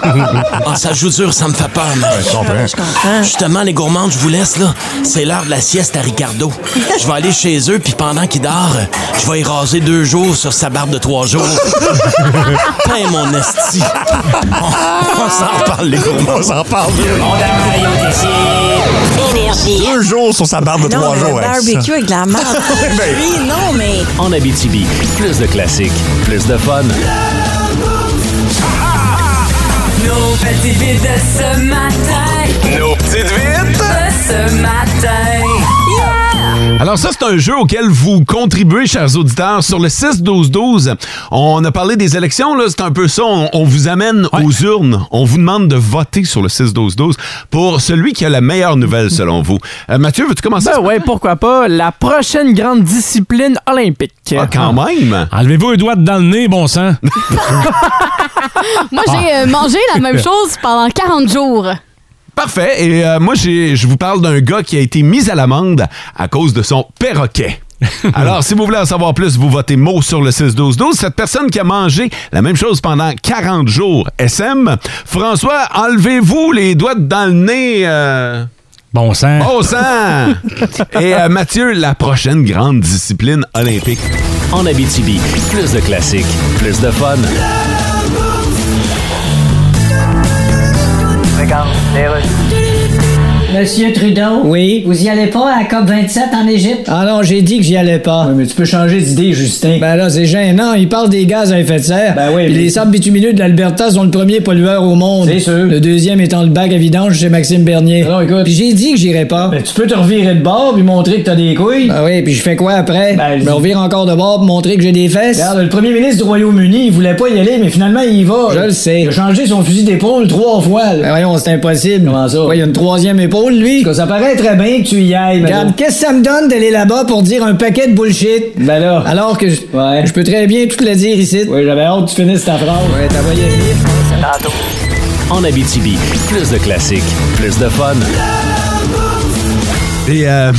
S11: Ah, ça joue dur, ça me fait peur, mais...
S10: Je comprends.
S11: Justement, les gourmandes, je vous laisse, là. C'est l'heure de la sieste à Ricardo. Je vais aller chez eux, puis pendant qu'il dort, euh, je vais y raser deux jours sur sa barbe de trois jours. Tain, mon esti. On, on s'en reparle, les gourmandes.
S10: On s'en parle.
S2: Ah
S13: Énergie.
S10: Deux jours sur sa barbe de
S13: Non,
S10: trois
S13: mais
S10: jours.
S13: le
S10: hein,
S13: barbecue avec de la marde.
S10: ben.
S13: Oui, non, mais...
S2: En Abitibi, plus de classiques, plus de fun.
S1: Nos petites vites de ce matin.
S2: Nos petites vites.
S1: De ce matin. Yeah!
S3: Alors ça, c'est un jeu auquel vous contribuez, chers auditeurs, sur le 6-12-12. On a parlé des élections, là, c'est un peu ça. On, on vous amène aux urnes. On vous demande de voter sur le 6-12-12 pour celui qui a la meilleure nouvelle, selon vous. Euh, Mathieu, veux-tu commencer?
S5: Ben ouais, pourquoi pas. La prochaine grande discipline olympique.
S3: Ah, quand même!
S4: Enlevez-vous un doigt dans le nez, bon sang.
S7: Moi, j'ai euh, mangé la même chose pendant 40 jours.
S3: Parfait. Et euh, moi, j'ai- je vous parle d'un gars qui a été mis à l'amende à cause de son perroquet. Alors, si vous voulez en savoir plus, vous votez mot sur le 6-12-12. Cette personne qui a mangé la même chose pendant 40 jours, SM. François, enlevez-vous les doigts dans le nez. euh,
S4: Bon sang.
S3: Bon sang! Et euh, Mathieu, la prochaine grande discipline olympique.
S2: En Abitibi, plus de classiques, plus de fun.
S9: Monsieur Trudeau, oui. Vous y allez pas à la COP27 en Égypte?
S8: Ah non, j'ai dit que j'y allais pas. mais tu peux changer d'idée, Justin. Ben là, c'est gênant. Il parle des gaz à effet de serre. Ben oui. Les sables bitumineux de l'Alberta sont le premier pollueur au monde. C'est sûr. Le deuxième étant le bac à vidange chez Maxime Bernier. Alors écoute. Puis j'ai dit que j'irais pas. Ben tu peux te revirer de bord puis montrer que t'as des couilles. Ben oui, puis je fais quoi après? Ben, je me revire encore de bord pour montrer que j'ai des fesses. Regarde, le premier ministre du Royaume-Uni, il voulait pas y aller, mais finalement, il y va. Je le sais. Il a changé son fusil d'épaule trois fois. Ben voyons, c'est impossible. Comment ça? il y a une troisième épaule, lui. ça paraît très bien que tu y ailles, Regarde, qu'est-ce que ça me donne d'aller là-bas pour dire un paquet de bullshit? Ben là. Alors que je je peux très bien tout le dire ici. Oui, j'avais hâte que tu finisses ta phrase. Ouais, t'as voyé
S2: En Abitibi, plus de classiques, plus de fun.
S3: Et euh,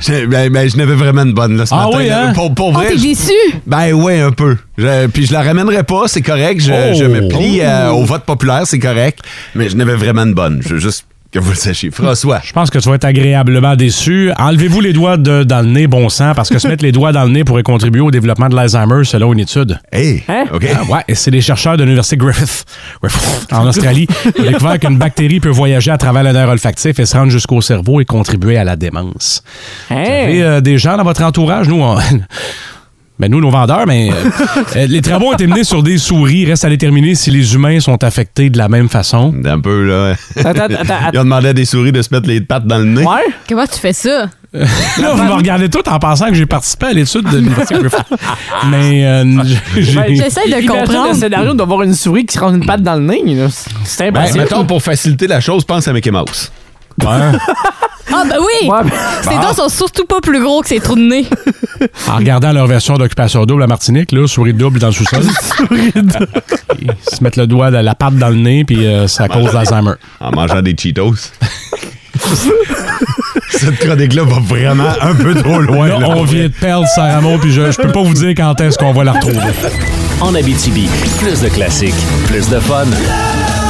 S3: je, ben, ben, je n'avais vraiment une bonne là, ce
S2: Ah
S3: matin.
S2: oui, hein?
S3: Pour, pour
S2: Oh,
S3: vrai.
S2: t'es
S3: je-
S2: déçu?
S3: Ben oui, un peu. Je- puis je la ramènerai pas, c'est correct. Je,
S2: Oh.
S3: je me plie euh,
S2: Oh.
S3: au vote populaire, c'est correct. Mais je n'avais vraiment une bonne. Je veux juste que vous le sachiez. François.
S4: Je pense que tu vas être agréablement déçu. Enlevez-vous les doigts de- dans le nez, bon sang, parce que se mettre les doigts dans le nez pourrait contribuer au développement de l'Alzheimer selon une étude. Ah,
S3: Hey, OK.
S4: ouais, et c'est des chercheurs de l'Université Griffith, Griffith, en Australie qui ont découvert qu'une bactérie peut voyager à travers le nerf olfactif et se rendre jusqu'au cerveau et contribuer à la démence. Vous avez euh, des gens dans votre entourage, nous, on... Ben nous, nos vendeurs, mais euh, euh, les travaux ont été menés sur des souris. Reste à déterminer si les humains sont affectés de la même façon.
S3: Un peu, là.
S7: Attends, attends, attends.
S3: Ils ont demandé à des souris de se mettre les pattes dans le nez. Ouais.
S7: Comment tu fais ça?
S4: Là, vous me regardez tout en pensant que j'ai participé à l'étude de l'Université Griffith. Mais euh, j'ai-
S7: Ben, J'essaie de
S5: Imagine
S7: comprendre.
S5: le scénario d'avoir une souris qui se rend une patte dans le nez. là. C'est- Eh C'est
S3: Ben,
S5: impossible.
S3: mettons, pour faciliter la chose, pense à Mickey Mouse.
S7: Ah, ben oui! Ces
S3: Ah.
S7: dents sont surtout pas plus gros que ces trous de nez.
S4: En regardant leur version d'Occupation Double à Martinique, là, souris double dans le sous-sol. Ils se mettent le doigt, la, la patte dans le nez, puis euh, ça cause l'Alzheimer.
S3: En mangeant des Cheetos. Cette chronique-là va vraiment un peu trop loin.
S4: Là,
S3: là.
S4: on vient de perdre Sarah Maud, puis je, je peux pas vous dire quand est-ce qu'on va la retrouver.
S2: En Abitibi, plus de classiques, plus de fun.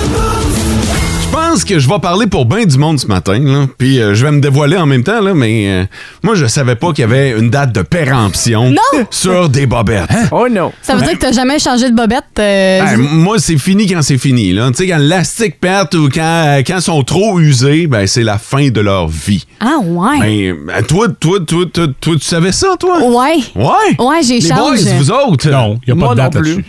S3: Je pense que je vais parler pour bien du monde ce matin, là. puis euh, je vais me dévoiler en même temps, là, mais euh, moi, je savais pas qu'il y avait une date de péremption
S7: Non! Ben,
S3: sur des bobettes.
S2: Hein?
S5: Oh non!
S7: Ça veut dire que t'as jamais changé de bobette? euh,
S3: Ben, moi, c'est fini quand c'est fini. Là. Tu sais, quand l'élastique pète ou quand, euh, quand ils sont trop usés, ben, c'est la fin de leur vie.
S7: Ah, ouais!
S3: Ben, ben, toi, toi, toi, toi, toi, tu savais ça, toi?
S7: Ouais.
S3: Ouais?
S7: Oh. Ouais, j'ai
S3: Les
S7: change.
S3: boys, vous autres? Non,
S4: il n'y a pas de date là-dessus.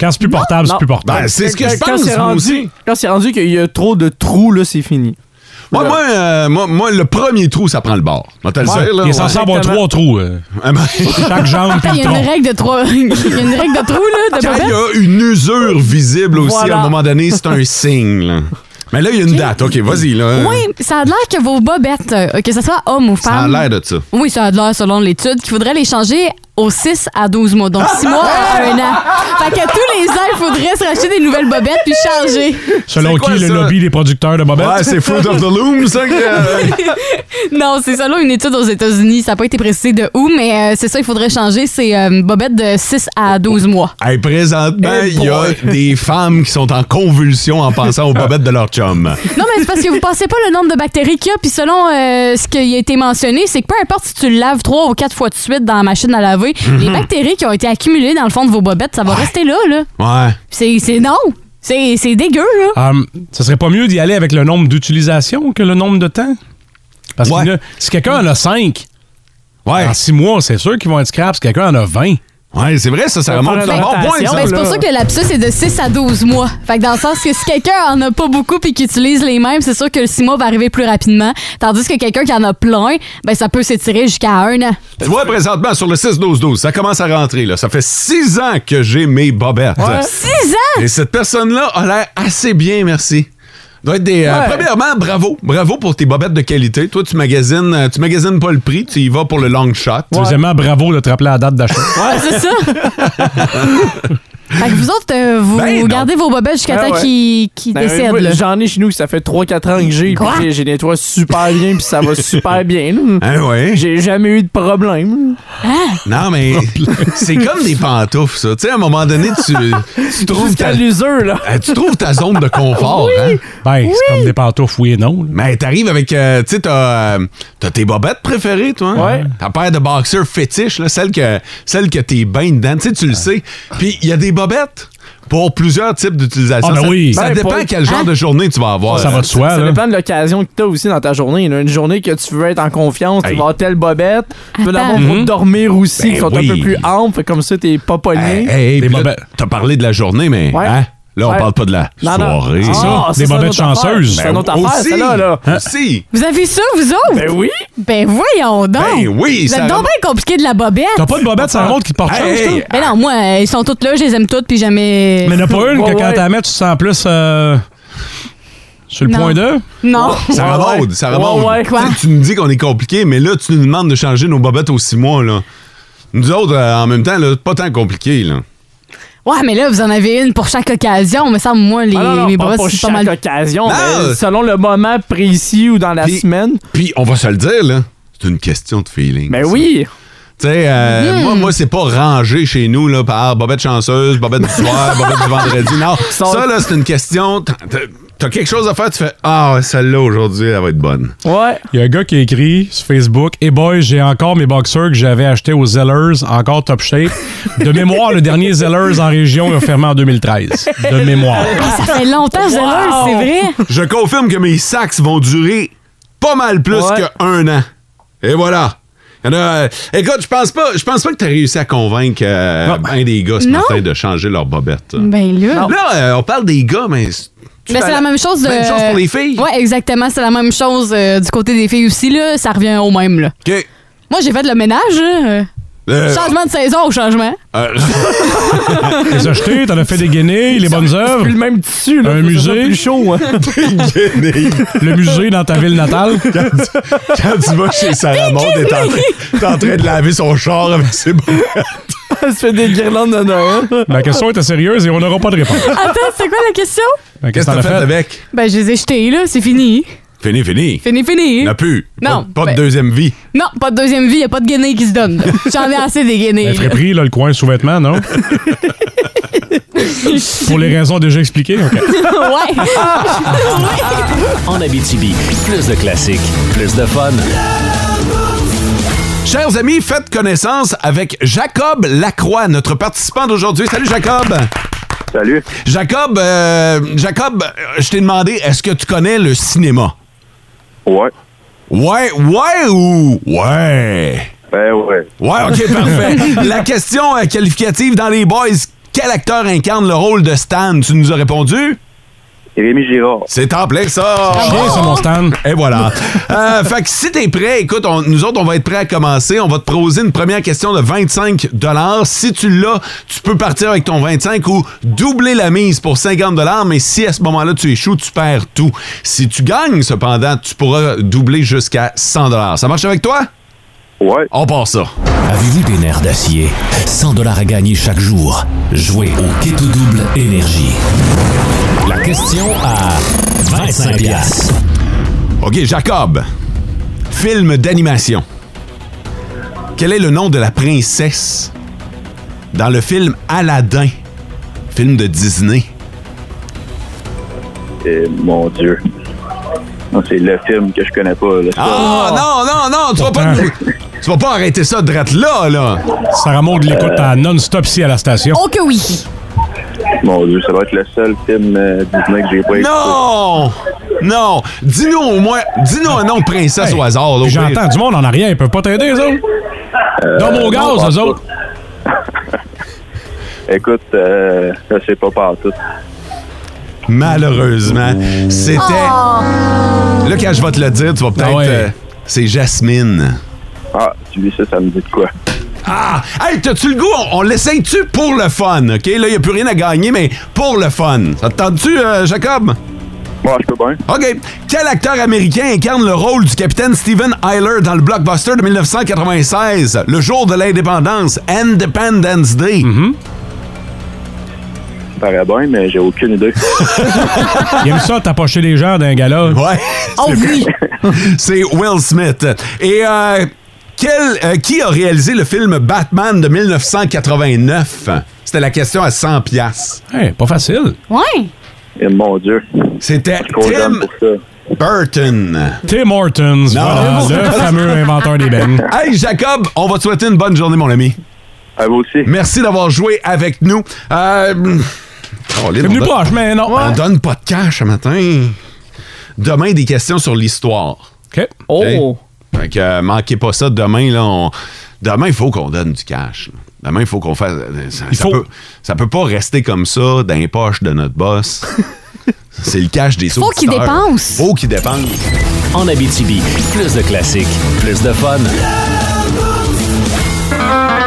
S4: Quand c'est plus portable, c'est plus portable.
S3: Ben, c'est ce que
S5: Quand-
S3: je
S5: quand
S3: pense,
S5: c'est
S3: moi
S5: rendu-
S3: aussi.
S5: Quand c'est rendu qu'il y a trop de trous, là, c'est fini.
S3: Ouais, moi, euh, moi, moi, le premier trou, ça prend le bord. On va te le
S4: Ouais,
S3: dire, là,
S4: il est
S3: ouais.
S4: censé avoir trois trous. euh.
S3: Ah, ben-
S4: Chaque jambe, puis
S7: Il y
S4: le
S7: a une
S4: tronc.
S7: règle de trois. Il y a une règle de trou, là, de
S3: Quand il y
S7: bobette.
S3: a une usure visible aussi,
S7: Voilà.
S3: à un moment donné, c'est un signe. là. Mais là, il y a une date. OK, vas-y. là.
S7: Oui, ça a l'air que vos bobettes, euh, que ce soit homme ou
S3: Ça a
S7: femme.
S3: l'air de ça.
S7: Oui, ça a de l'air selon l'étude qu'il faudrait les changer aux 6 à 12 mois, donc 6 mois à 1 an. Fait que tous les ans, il faudrait se racheter des nouvelles bobettes puis changer.
S4: Selon
S3: C'est
S4: qui
S3: quoi,
S4: le
S3: ça?
S4: lobby des producteurs de bobettes?
S3: Ouais, c'est Fruit of the Loom, ça. que-
S7: non, c'est selon une étude aux États-Unis. Ça n'a pas été précisé de où, mais euh, c'est ça, il faudrait changer ces euh, bobettes de 6 à 12 mois.
S3: Hey, présentement, il y a des femmes qui sont en convulsion en pensant aux bobettes de leur chum.
S7: Non, mais c'est parce que vous passez pas le nombre de bactéries qu'il y a, puis selon euh, ce qui a été mentionné, c'est que peu importe si tu le laves trois ou quatre fois de suite dans la machine à laver, les bactéries qui ont été accumulées dans le fond de vos bobettes, ça va rester là, là.
S3: Ouais.
S7: C'est c'est- non! C'est c'est dégueu, là!
S4: Hum, ce serait pas mieux d'y aller avec le nombre d'utilisations que le nombre de temps? Parce que là, si quelqu'un en a 5,
S3: ouais.
S4: en 6 mois, c'est sûr qu'ils vont être scrap. Si quelqu'un en a 20,
S3: Ouais, c'est vrai, ça, ça remonte. C'est un bon point,
S7: Ben,
S3: ça.
S7: c'est pour ça que le lapsus est de 6 à 12 mois. Fait que dans le sens que si quelqu'un en a pas beaucoup puis qu'il utilise les mêmes, c'est sûr que le 6 mois va arriver plus rapidement. Tandis que quelqu'un qui en a plein, ben ça peut s'étirer jusqu'à un an.
S3: Tu vois, présentement, sur le 6-12-12, ça commence à rentrer. Là. Ça fait six ans que j'ai mes bobettes.
S7: Ouais. Six ans?
S3: Et cette personne-là a l'air assez bien, merci. Doit être des, euh,
S14: Ouais.
S3: premièrement, bravo. Bravo pour tes bobettes de qualité. Toi, tu magasines, euh, tu magasines pas le prix, tu y vas pour le long shot.
S4: Deuxièmement, bravo de te rappeler la date d'achat.
S7: Ah, c'est ça. fait que vous autres, euh, vous gardez vos bobettes jusqu'à
S5: Ah
S7: temps
S5: ouais.
S7: qu'ils qu'ils
S5: Ben,
S7: décèdent.
S5: moi,
S7: là.
S5: J'en ai chez nous, ça fait 3-4 ans que j'ai. puis
S7: Quoi?
S5: j'ai- J'ai nettoie super bien, puis ça va super bien. là. J'ai jamais eu de problème.
S3: Hein,
S7: Hein?
S3: Non, mais c'est comme des pantoufles, ça. Tu sais, à un moment donné, tu, tu trouves
S5: Jusqu'à l'usure, là.
S3: Euh, tu trouves ta zone de confort, hein?
S4: Ben, c'est comme des pantoufles, oui et non.
S3: Mais t'arrives avec, euh, tu sais, t'as euh, t'as tes bobettes préférées, toi. hein? Ta paire de boxeurs fétiche, là, celle que, celle que t'es bien dedans. Tu sais, tu le sais. Puis il y a des bobettes pour plusieurs types d'utilisation.
S4: Ah, ben
S3: Ça-
S4: oui.
S3: Ça,
S4: Ben,
S3: dépend
S4: pour-
S3: quel genre
S4: Hein?
S3: de journée tu vas avoir.
S5: Ça dépend de l'occasion que tu as aussi dans ta journée. là. Une journée que tu veux être en confiance, tu vas avoir telle bobette, tu veux l'avoir pour
S3: Mhm.
S5: dormir aussi,
S3: Ben
S5: qui sont
S3: oui.
S5: un peu plus amples, comme ça, t'es pas pogné.
S3: Hey, hey, Eh, puis là, t'as parlé de la journée, mais
S5: Ouais.
S3: hein? là, on
S5: Ouais.
S3: parle pas de la
S5: Non, non.
S3: soirée.
S5: Ah, ça, c'est notre affaire. C'est
S3: Ben,
S5: notre affaire,
S3: aussi.
S5: celle-là, là.
S3: Hein? Aussi.
S7: Vous avez ça, vous autres? Ben
S5: oui.
S7: Ben voyons donc.
S3: Ben oui,
S7: Vous
S3: ça
S7: êtes donc
S3: remonte-
S7: bien compliqué de la bobette.
S4: T'as pas de bobette sans honte qui te porte
S7: ça?
S4: chance, toi?
S7: Ben non, moi, euh, ils sont toutes là, je les aime toutes, puis jamais...
S4: Mais n'a pas une que quand
S7: t'as
S4: t'as mets, tu te sens plus euh, sur le
S7: Non.
S4: point d'eux?
S7: Non.
S3: Ça
S4: Ouais,
S3: remonte,
S4: Ah ouais.
S3: ça
S4: Ouais,
S3: remonte.
S4: ouais.
S3: Tu
S4: Quoi?
S3: sais, Tu nous dis qu'on est compliqué, mais là, tu nous demandes de changer nos bobettes aux six mois, là. Nous autres, euh, en même temps, là, pas tant compliqué, là.
S7: Ouais, mais là, vous en avez une pour chaque occasion. Me semble, moi, les,
S5: Ah non, non,
S7: mes
S5: pas
S7: bobettes,
S5: pour
S7: c'est pas
S5: chaque
S7: mal.
S5: occasion,
S3: Non.
S5: mais ben, selon le moment précis ou dans la
S3: Puis-
S5: semaine.
S3: Puis, on va se le dire, là, c'est une question de feeling.
S5: Ben oui.
S3: Tu sais, euh,
S5: Hmm.
S3: moi, moi c'est pas rangé chez nous, là, par ah, bobette chanceuse, bobette du soir, bobette du vendredi. Non, ça, là, c'est une question... t'as- t'as- T'as quelque chose à faire, tu fais « Ah, ouais, celle-là, aujourd'hui, elle va être bonne.
S5: Ouais.
S4: Il y a un gars qui a écrit sur Facebook Hey boy, j'ai encore mes boxers que j'avais achetés aux Zellers, encore top shape. De mémoire, le dernier Zellers en région il a fermé en 2013. De mémoire.
S7: Ah, ça fait longtemps, j'ai l'heure, c'est vrai. »
S3: Je confirme que mes sacs vont durer pas mal plus
S7: Ouais.
S3: qu'un an. Et voilà. Il y en a, euh, écoute, je pense pas, je pense pas que t'as réussi à convaincre euh, un des gars ce
S7: Non.
S3: matin de changer leur bobette.
S7: Ben là.
S3: Là, euh, on parle des gars, mais. c'est-
S7: Mais c'est la même chose. de-
S3: Même chose pour les filles.
S7: Ouais, exactement. C'est la même chose euh, du côté des filles aussi, là. Ça revient au même, là.
S3: OK.
S7: Moi, j'ai fait le ménage, là.
S3: Euh,
S7: Changement de saison au changement.
S3: euh,
S4: Les achetés, t'en as fait des guenilles, les bonnes œuvres.
S5: le même tissu, là.
S4: Un musée.
S5: plus chaud, hein.
S4: Le musée dans ta ville natale.
S3: quand tu vas chez Sarah Maud, t'es en, train- t'es en train de laver son char avec ses bobettes.
S5: Ça se fait des guirlandes de Noël.
S4: La question était sérieuse et on n'aura pas de réponse.
S7: Attends, c'est quoi la question?
S4: Ben,
S3: Qu'est-ce que t'as
S4: t'en
S3: fait, avec?
S7: Ben, je les ai jetés, là. C'est fini.
S3: Fini, fini.
S7: Fini, fini.
S3: N'a plus.
S7: Non,
S3: Pas, pas
S7: ben-
S3: de deuxième vie.
S7: Non, pas de deuxième vie. Y a pas de guenilles qui se donnent. là. J'en ai assez des guenilles.
S4: Elle
S7: là.
S4: ferait pris, là, le coin sous-vêtements, non? Pour les raisons déjà expliquées, OK.
S7: ouais.
S2: En Abitibi, plus de classiques, plus de fun.
S3: Chers amis, faites connaissance avec Jacob Lacroix, notre participant d'aujourd'hui. Salut Jacob!
S15: Salut.
S3: Jacob, euh, Jacob, euh, je t'ai demandé, est-ce que tu connais le cinéma?
S15: Ouais.
S3: Ouais, ouais ou ouais?
S15: Ben ouais.
S3: Ouais, ok, parfait. La question euh, qualificative dans les boys, quel acteur incarne le rôle de Stan? Tu nous as répondu?
S15: Rémi Girard.
S3: C'est en plein ça!
S4: Chien, c'est mon Stan.
S3: Et voilà. Euh, fait que si t'es prêt, écoute, on- nous autres, on va être prêts à commencer. On va te poser une première question de 25 Si tu l'as, tu peux partir avec ton 25 ou doubler la mise pour 50 Mais si à ce moment-là, tu échoues, tu perds tout. Si tu gagnes, cependant, tu pourras doubler jusqu'à 100 Ça marche avec toi?
S15: Ouais.
S3: On part ça.
S14: Avez-vous des nerfs d'acier? 100 dollars à gagner chaque jour. Jouez au Keto Double Énergie. La question à 25 piastres.
S3: OK, Jacob. Film d'animation. Quel est le nom de la princesse dans le film Aladdin, film de Disney?
S15: Eh, mon Dieu. Non, C'est le film que je connais pas. là.
S3: Ah non, non, non, tu vas pas, tu vas pas arrêter ça de là, là.
S4: Sarah Maud l'écoute en non-stop ici à la station.
S7: Oh que oui.
S15: Mon Dieu, ça doit être le seul film euh, Disney que j'ai pas écouté.
S3: Non! Non! Dis-nous au moins, dis-nous un nom de princesse au hasard. là, au
S4: Puis
S3: pire.
S4: J'entends du monde en arrière, ils peuvent pas t'aider, eux autres.
S15: Euh,
S4: Donne-moi au
S15: non, je
S4: gaz,
S15: pense
S4: eux autres.
S15: Écoute, euh, je sais pas partout.
S3: Malheureusement, c'était. Là, quand je vais te le dire, tu vas
S4: Ah
S3: peut-être. euh, c'est Jasmine.
S15: Ah, celui-ci, ça me dit de quoi?
S3: Ah! Hey, t'as-tu le goût? On, on l'essaye-tu pour le fun, OK? Là, il a plus rien à gagner, mais pour le fun. Ça te tente-tu, euh, Jacob?
S15: Bon, je peux bien.
S3: OK. Quel acteur américain incarne le rôle du capitaine Steven Tyler dans le blockbuster de 1996, le jour de l'indépendance, Independence Day?
S15: Ça paraît bien, mais j'ai aucune idée.
S4: Il aime ça, t'approcher les gens d'un gala.
S3: Ouais. Oh oui! C'est Will Smith. Et euh, quel, euh, qui a réalisé le film Batman de 1989? C'était la question à 100 piastres.
S4: pas facile.
S7: Ouais.
S15: Et Eh, mon Dieu.
S3: C'était
S15: Tim
S3: Burton.
S4: Tim Hortons, voilà, le fameux inventeur des beignes.
S3: Hey, Jacob, on va te souhaiter une bonne journée, mon ami.
S15: À vous aussi.
S3: Merci d'avoir joué avec nous. Euh, Caroline,
S4: C'est venu
S3: on donne-
S4: proche, mais non.
S3: On donne pas de cash ce matin. Demain, des questions sur l'histoire.
S4: OK.
S3: Oh! Fait que euh, manquez pas ça. Demain, là, on- demain, il faut qu'on donne du cash. là. Demain, il faut qu'on fasse. euh, Ça, ça peut, ça peut pas rester comme ça dans les poches de notre boss. C'est le cash des
S7: Faut qu'il
S3: auditeurs.
S7: dépense.
S3: Faut qu'il dépense.
S2: En Abitibi, plus de classiques, plus de fun. Ah,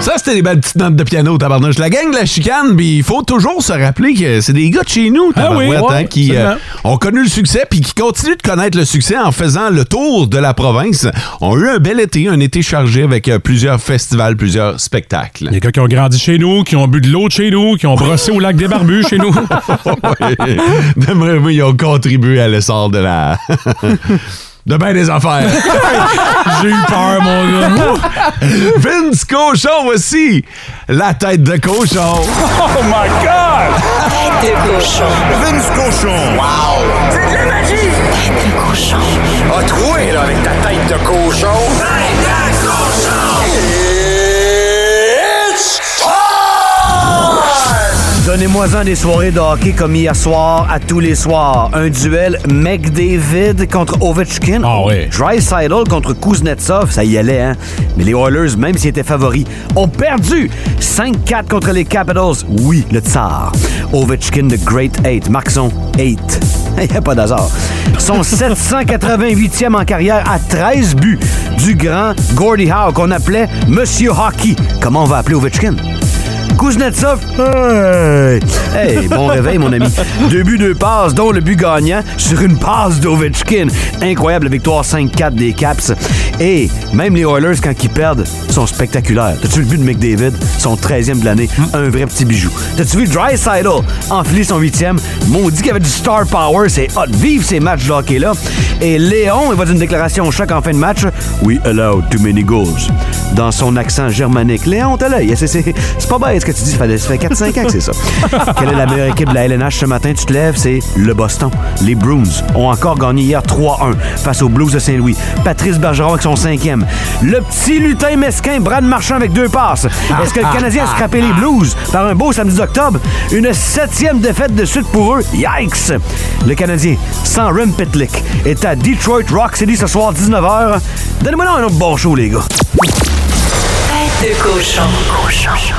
S3: Ça, c'était des belles petites notes de piano, tabarnouche. La gang de la chicane, puis il faut toujours se rappeler que c'est des gars de chez nous, tabarouette,
S4: Ah oui, ouais,
S3: hein, qui
S4: absolument.
S3: euh, ont connu le succès, puis qui continuent de connaître le succès en faisant le tour de la province. Ont eu un bel été, un été chargé avec euh, plusieurs festivals, plusieurs spectacles.
S4: Il y a quelqu'un qui ont grandi chez nous, qui ont bu de l'eau de chez nous, qui ont brossé au lac des barbus chez nous.
S3: D'après moi, ils ont contribué à l'essor de la... de bien des affaires.
S4: J'ai eu peur, mon gars.
S3: Vince Cochon, voici la tête de cochon.
S1: Oh my god! Tête de cochon. Vince cochon. Wow! C'est de la magie! Tête de cochon. A troué, là, avec ta tête de cochon. Tête de cochon!
S12: Donnez-moi un des soirées de hockey comme hier soir à tous les soirs. Un duel McDavid contre Ovechkin. Ah oui. contre Kuznetsov, ça y allait, hein? Mais les Oilers, même s'ils étaient favoris, ont perdu 5-4 contre les Capitals. Oui, le tsar. Ovechkin, the Great Eight. Marque son 8. Il n'y a pas d'hasard. Son 788e en carrière à 13 buts du grand Gordie Howe qu'on appelait Monsieur Hockey. Comment on va appeler Ovechkin? Kuznetsov. Hey! Hey, bon réveil, mon ami. Deux buts, deux passes, dont le but gagnant sur une passe d'Ovechkin. Incroyable victoire 5-4 des Caps. Et même les Oilers, quand ils perdent, sont spectaculaires. T'as-tu vu le but de McDavid? Son 13e de l'année. Un vrai petit bijou. T'as-tu vu Dry enfiler son 8e? Maudit qu'il y avait du star power. C'est hot. Vive ces matchs de hockey-là. Et Léon, il va dire une déclaration au choc en fin de match. We allow too many goals. Dans son accent germanique. Léon, t'as l'œil. Eh, C'est- C'est c'est pas bête ce que tu dis. Ça fait, ça fait 4-5 ans que c'est ça. Quelle est la meilleure équipe de la LNH ce matin? Tu te lèves, c'est le Boston. Les Bruins ont encore gagné hier 3-1 face aux Blues de Saint-Louis. Patrice Bergeron avec son cinquième. Le petit lutin mesquin, Brad Marchand avec deux passes. Est-ce que le Canadien a scrappé les Blues par un beau samedi d'octobre? Une septième défaite de suite pour eux. Yikes! Le Canadien, sans Rem Pitlick, est à Detroit Rock City ce soir 19h. Donnez-moi donc un autre bon show, les gars.
S1: Tête de cochon.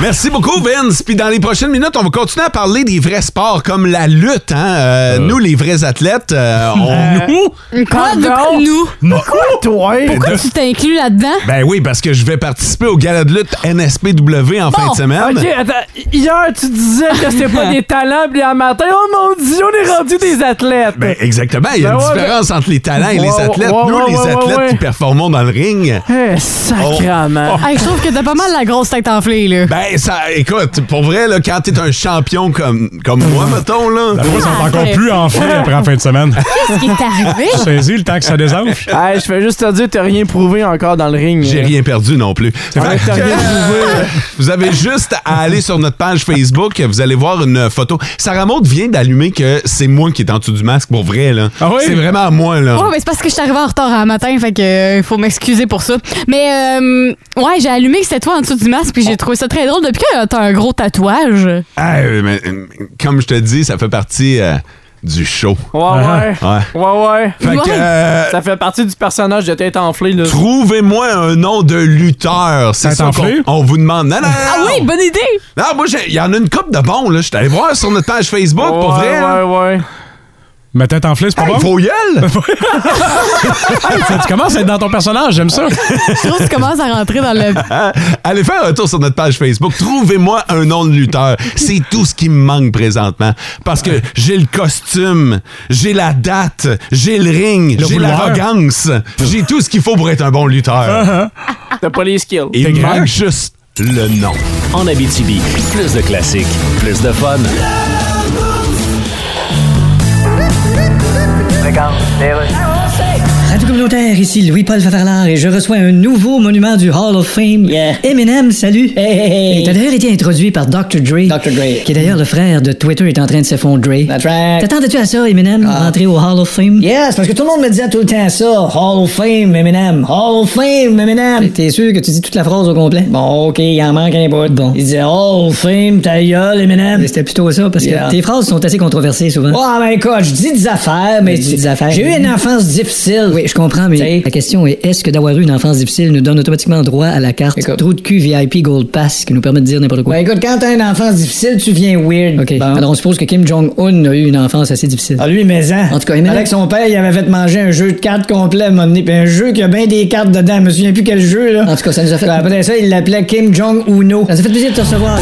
S3: Merci beaucoup, Vince. Puis dans les prochaines minutes, on va continuer à parler des vrais sports comme la lutte. Hein? Euh, Nous, les vrais athlètes, euh, on.
S7: Nous? Quoi
S3: Pardon?
S7: de nous?
S3: Pourquoi toi?
S7: Pourquoi tu t'inclus là-dedans?
S3: Ben oui, parce que je vais participer au gala de lutte NSPW en fin de semaine.
S5: OK, attends. Hier, tu disais que c'était pas des talents, puis le matin, oh mon Dieu, on est rendu des athlètes.
S3: Ben, exactement, il y a
S5: Ben
S3: une
S5: ouais,
S3: différence
S5: ben-
S3: entre les talents et les
S5: Ouais, ouais,
S3: athlètes.
S5: ouais,
S3: Nous,
S5: ouais,
S3: les
S5: ouais,
S3: athlètes
S5: ouais.
S3: qui performons dans le ring.
S5: Eh, sacrament.
S7: Hey, je trouve que t'as pas mal la grosse tête enflée, là.
S3: oh, Ben, ça, écoute, pour vrai, là, quand t'es un champion comme, comme moi, mettons, là.
S4: La voix sont encore plus enflée après la fin de semaine.
S7: Qu'est-ce qui est arrivé?
S4: Tu saisis le temps que ça désenfle.
S5: Hey, je fais juste te dire, t'as rien prouvé encore dans le ring.
S3: J'ai rien perdu non
S4: Ah,
S3: plus.
S5: vrai que t'as
S3: Fait
S5: rien
S3: euh, vous avez juste à aller sur notre page Facebook, vous allez voir une euh, photo. Sarah Maud vient d'allumer que c'est moi qui est en dessous du masque pour vrai là.
S4: Ah
S3: C'est vraiment moi là.
S7: Ouais, mais c'est parce que je suis arrivée en retard un matin, fait que euh, faut m'excuser pour ça. Mais euh, ouais, j'ai allumé que c'était toi en dessous du masque, puis j'ai trouvé ça très drôle. Depuis que t'as un gros tatouage.
S3: Ah, euh, mais, euh, comme je te dis, ça fait partie euh, du show.
S5: Ouais, Ah
S4: Ah,
S5: ouais. Ouais, ouais.
S3: Ah, Fait que, euh,
S5: Ça fait partie du personnage de tête enflée, là.
S3: Trouvez-moi un nom de lutteur. C'est
S5: Tête
S3: ça
S5: enflée?
S3: qu'on on vous demande. Non, non, non,
S7: Ah oui, bonne idée!
S3: non. Non, moi, j'ai- il y en a une coupe de bons. là. Je suis allé voir sur notre page Facebook, pour
S4: Ouais,
S3: vrai. hein.
S4: ouais,
S5: ouais.
S4: Ma tête enflée, c'est pas
S3: Hey,
S4: bon?
S3: vos gueules!
S4: Hey, tu- tu commences à être dans ton personnage, j'aime ça.
S7: Je trouve que tu commences à rentrer Ah, dans le.
S3: Allez faire un tour sur notre page Facebook. Trouvez-moi un nom de lutteur. C'est tout ce qui me manque présentement. Parce que j'ai le costume, j'ai la date, j'ai le ring,
S1: Le
S3: j'ai
S1: vouloir.
S3: l'arrogance. J'ai tout ce qu'il faut pour être un bon
S14: Uh-huh.
S3: lutteur.
S5: T'as pas les skills.
S3: Uh-huh. Il me
S5: grand.
S3: manque juste le nom.
S2: En Abitibi, plus de classiques, plus de fun.
S9: Radio communautaire, ici Louis-Paul Fafarlard et je reçois un nouveau monument du Hall of Fame. Eminem, salut. Et t'as d'ailleurs été introduit par Dr. Dre. Qui est d'ailleurs le frère de Twitter est en train de s'effondrer. T'attendais-tu à ça, Eminem, rentrer au Hall of Fame? Ah. Yes, parce que tout le monde me disait tout le temps ça. Hall of Fame, Eminem. Hall of Fame, Eminem. T'es sûr que tu dis toute la phrase au complet? Bon, OK, il en manque un bout. Bon. Il disait Hall of Fame, ta gueule, Eminem. C'était plutôt ça, parce
S8: Yeah.
S9: que tes phrases sont assez controversées souvent. Oh, ben écoute, je dis des affaires, mais tu- J'ai eu une enfance difficile. Oui, je comprends, mais la question est est-ce que d'avoir eu une enfance difficile nous donne automatiquement droit à la carte trou de cul VIP Gold Pass qui nous permet de dire n'importe quoi? Ben écoute, quand t'as une enfance difficile, tu viens weird. OK. Alors on suppose que Kim Jong-un a eu une enfance assez difficile. Ah, lui, mais hein. En tout cas,
S8: Avec son père, il avait fait manger un jeu de cartes complet à un moment donné, puis un jeu qui a bien des cartes dedans. Je me souviens plus quel jeu, là.
S9: En tout cas, ça nous a fait.
S8: Après ça, il l'appelait Kim Jong-uno.
S9: Ça fait plaisir de te recevoir,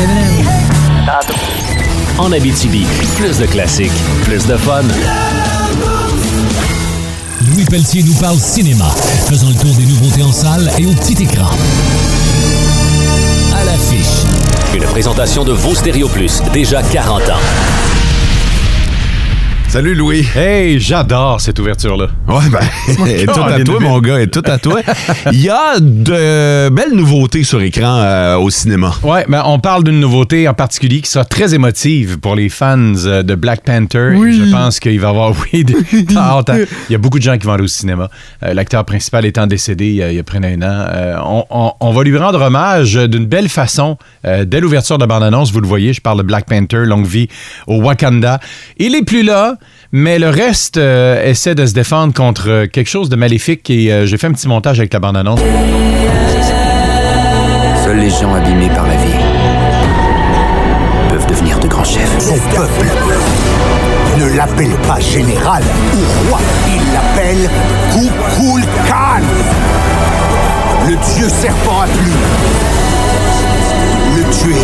S2: En Abitibi, plus de classiques, plus de fun.
S14: Louis Pelletier nous parle cinéma, faisant le tour des nouveautés en salle et au petit écran. À l'affiche.
S2: Une présentation de vos Stéréo Plus, déjà 40 ans.
S3: Salut Louis.
S16: Hey, j'adore cette ouverture-là.
S3: Ouais, ben, est tout à toi, mon gars, est tout à toi. Il y a de belles nouveautés sur écran euh, au cinéma.
S16: Ouais, mais on parle d'une nouveauté en particulier qui sera très émotive pour les fans euh, de Black Panther. Et Je pense qu'il va y avoir, oui, des- Ah, attends, il y a beaucoup de gens qui vont aller au cinéma. Euh, L'acteur principal étant décédé il y a, il y a près d'un an. Euh, on, on- on va lui rendre hommage d'une belle façon. Euh, dès l'ouverture de la bande-annonce, vous le voyez, je parle de Black Panther, longue vie au Wakanda. Il est plus là, mais le reste euh, essaie de se défendre contre euh, quelque chose de maléfique. Et euh, j'ai fait un petit montage avec la bande-annonce.
S17: Seuls les gens abîmés par la vie peuvent devenir de grands chefs.
S1: Son peuple ne l'appelle pas général ou roi. Il l'appelle Kukul Khan. Le dieu serpent à plumes. Le tuer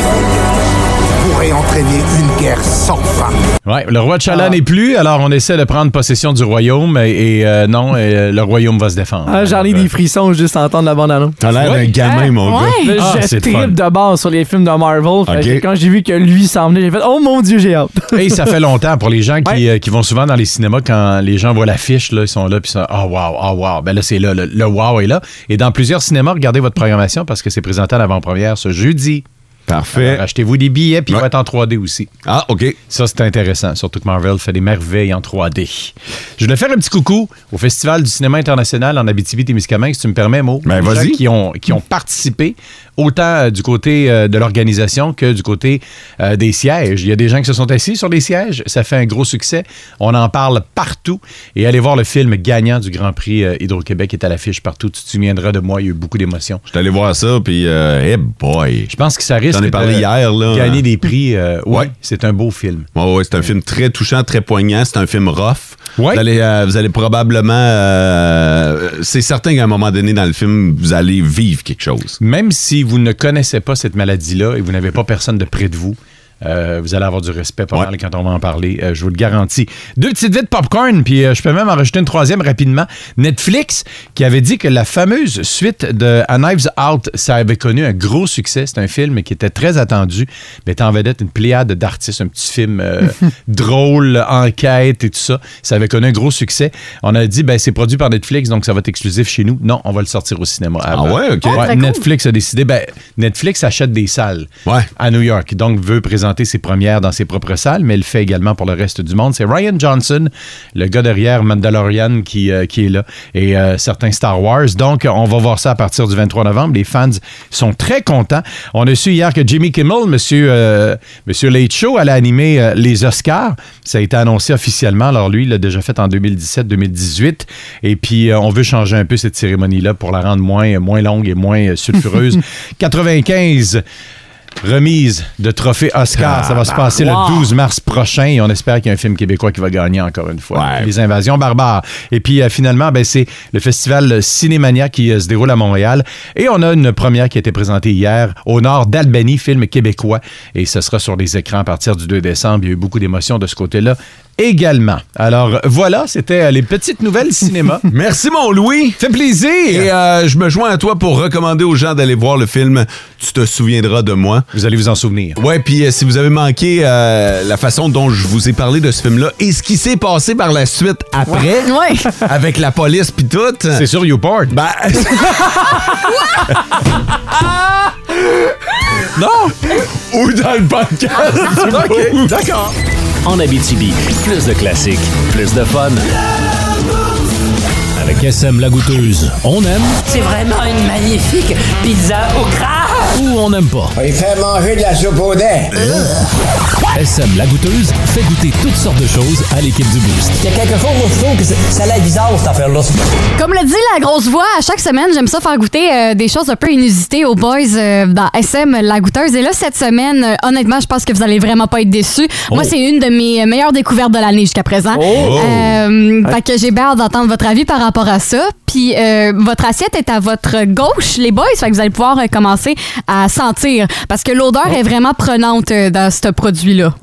S1: pourrait entraîner une guerre sans fin.
S16: Ouais, le roi T'Challa
S3: Ah.
S16: n'est plus, alors on essaie de prendre possession du royaume et, et, euh, non, euh, le royaume va se défendre.
S5: Ah, J'en ai des frissons juste à entendre la bande-annonce.
S3: T'as l'air d'un gamin, mon gars.
S5: Je
S3: Ah,
S5: je
S3: c'est le
S5: trippe de base sur les films de Marvel. Fait
S16: Ok.
S5: que Quand j'ai vu que lui s'en venait, j'ai fait Oh mon Dieu, j'ai hâte.
S16: Et ça fait longtemps pour les gens qui, euh, qui vont souvent dans les cinémas quand les gens voient l'affiche là, ils sont là puis ils sont oh wow, oh wow. Ben là c'est là le, le wow est là et dans plusieurs cinémas, regardez votre programmation parce que c'est présenté à l'avant-première ce jeudi.
S3: Parfait.
S16: Achetez-vous des billets puis il va être en 3D aussi.
S3: Ah OK.
S16: Ça c'est intéressant, surtout que Marvel fait des merveilles en 3D. Je voulais faire un petit coucou au Festival du cinéma international en Abitibi-Témiscamingue si tu me permets Mo.
S3: Ben,
S16: Les gens
S3: vas-y.
S16: qui ont qui ont participé autant euh, du côté euh, de l'organisation que du côté euh, des sièges. Il y a des gens qui se sont assis sur les sièges. Ça fait un gros succès. On en parle partout. Et allez voir le film gagnant du Grand Prix euh, Hydro-Québec est à l'affiche partout. Tu te souviendras de moi. Il y a eu beaucoup d'émotions.
S3: Je suis allé voir ça, puis, euh, hey boy.
S16: Je pense que ça risque
S3: J'en ai parlé
S16: de
S3: hier, là.
S16: gagner
S3: hein.
S16: des prix. euh, ouais, c'est un beau film.
S3: Ouais, ouais, c'est un film très touchant, très poignant. C'est un film rough.
S16: Ouais.
S3: Vous, allez, euh, vous allez probablement. euh, c'est certain qu'à un moment donné dans le film, vous allez vivre quelque chose.
S16: Même si vous ne connaissez pas cette maladie-là et vous n'avez pas personne de près de vous, euh, vous allez avoir du respect pas mal quand on va en parler, euh, je vous le garantis. Deux petites vites popcorn, puis euh, je peux même en rajouter une troisième rapidement. Netflix, qui avait dit que la fameuse suite de A Knives Out, ça avait connu un gros succès. C'est un film qui était très attendu, mais en vedette une pléiade d'artistes, un petit film euh, drôle, enquête et tout ça. Ça avait connu un gros succès. On a dit, ben c'est produit par Netflix, donc ça va être exclusif chez nous. Non, on va le sortir au cinéma. avant.
S3: Ah ouais, ok. Oh, très cool.
S16: Netflix a décidé, ben, Netflix achète des salles à New York, donc veut présenter présenter ses premières dans ses propres salles, mais il le fait également pour le reste du monde. C'est Ryan Johnson, le gars derrière Mandalorian qui, euh, qui est là, et euh, certains Star Wars. Donc, on va voir ça à partir du 23 novembre. Les fans sont très contents. On a su hier que Jimmy Kimmel, monsieur, euh, monsieur Late Show, allait animer euh, les Oscars. Ça a été annoncé officiellement. Alors, lui, il l'a déjà fait en 2017-2018. Et puis, euh, on veut changer un peu cette cérémonie-là pour la rendre moins, moins longue et moins euh, sulfureuse. 95 remise de trophée Oscar. ça va se passer
S18: wow.
S16: le 12 mars prochain et on espère qu'il y a un film québécois qui va gagner encore une fois. Les Invasions barbares. Et puis euh, finalement, ben, c'est le festival Cinémania qui euh, se déroule à Montréal. Et on a une première qui a été présentée hier au nord d'Albanie, film québécois. Et ce sera sur les écrans à partir du 2 décembre. Il y a eu beaucoup d'émotions de ce côté-là également. Alors voilà, c'était euh, les petites nouvelles cinéma.
S3: Merci, mon Louis.
S16: Fait plaisir.
S3: Et euh, je me joins à toi pour recommander aux gens d'aller voir le film Tu te souviendras de moi.
S16: Vous allez vous en souvenir.
S3: Ouais, puis euh, si vous avez manqué euh, la façon dont je vous ai parlé de ce film-là et ce qui s'est passé par la suite après, avec la police puis tout. C'est
S16: sur YouPorn.
S3: Ben.
S7: Ah!
S16: non!
S3: Ou dans le podcast.
S1: OK, d'accord.
S2: En Abitibi, plus de classiques, plus de fun.
S14: Avec SM la goûteuse, on aime
S1: C'est vraiment une magnifique pizza au gras.
S14: ou on n'aime pas.
S1: Il fait manger de la soupe au dent.
S14: SM la goûteuse fait goûter toutes sortes de choses à l'équipe du Boost.
S19: Il y a quelque chose où je trouve que c'est- ça a l'air bizarre, cette affaire-là.
S7: Comme le dit la grosse voix, à chaque semaine, j'aime ça faire goûter euh, des choses un peu inusitées aux boys euh, dans SM La Goûteuse. Et là, cette semaine, euh, honnêtement, je pense que vous allez vraiment pas être déçus. Moi,
S1: Oh.
S7: c'est une de mes meilleures découvertes de l'année jusqu'à présent.
S1: Oh.
S7: Euh, fait que j'ai hâte d'entendre votre avis par rapport à ça. Puis, euh, votre assiette est à votre gauche, les boys. Fait que vous allez pouvoir euh, commencer à sentir. Parce que l'odeur
S1: Oh.
S7: est vraiment prenante euh, dans ce produit-là.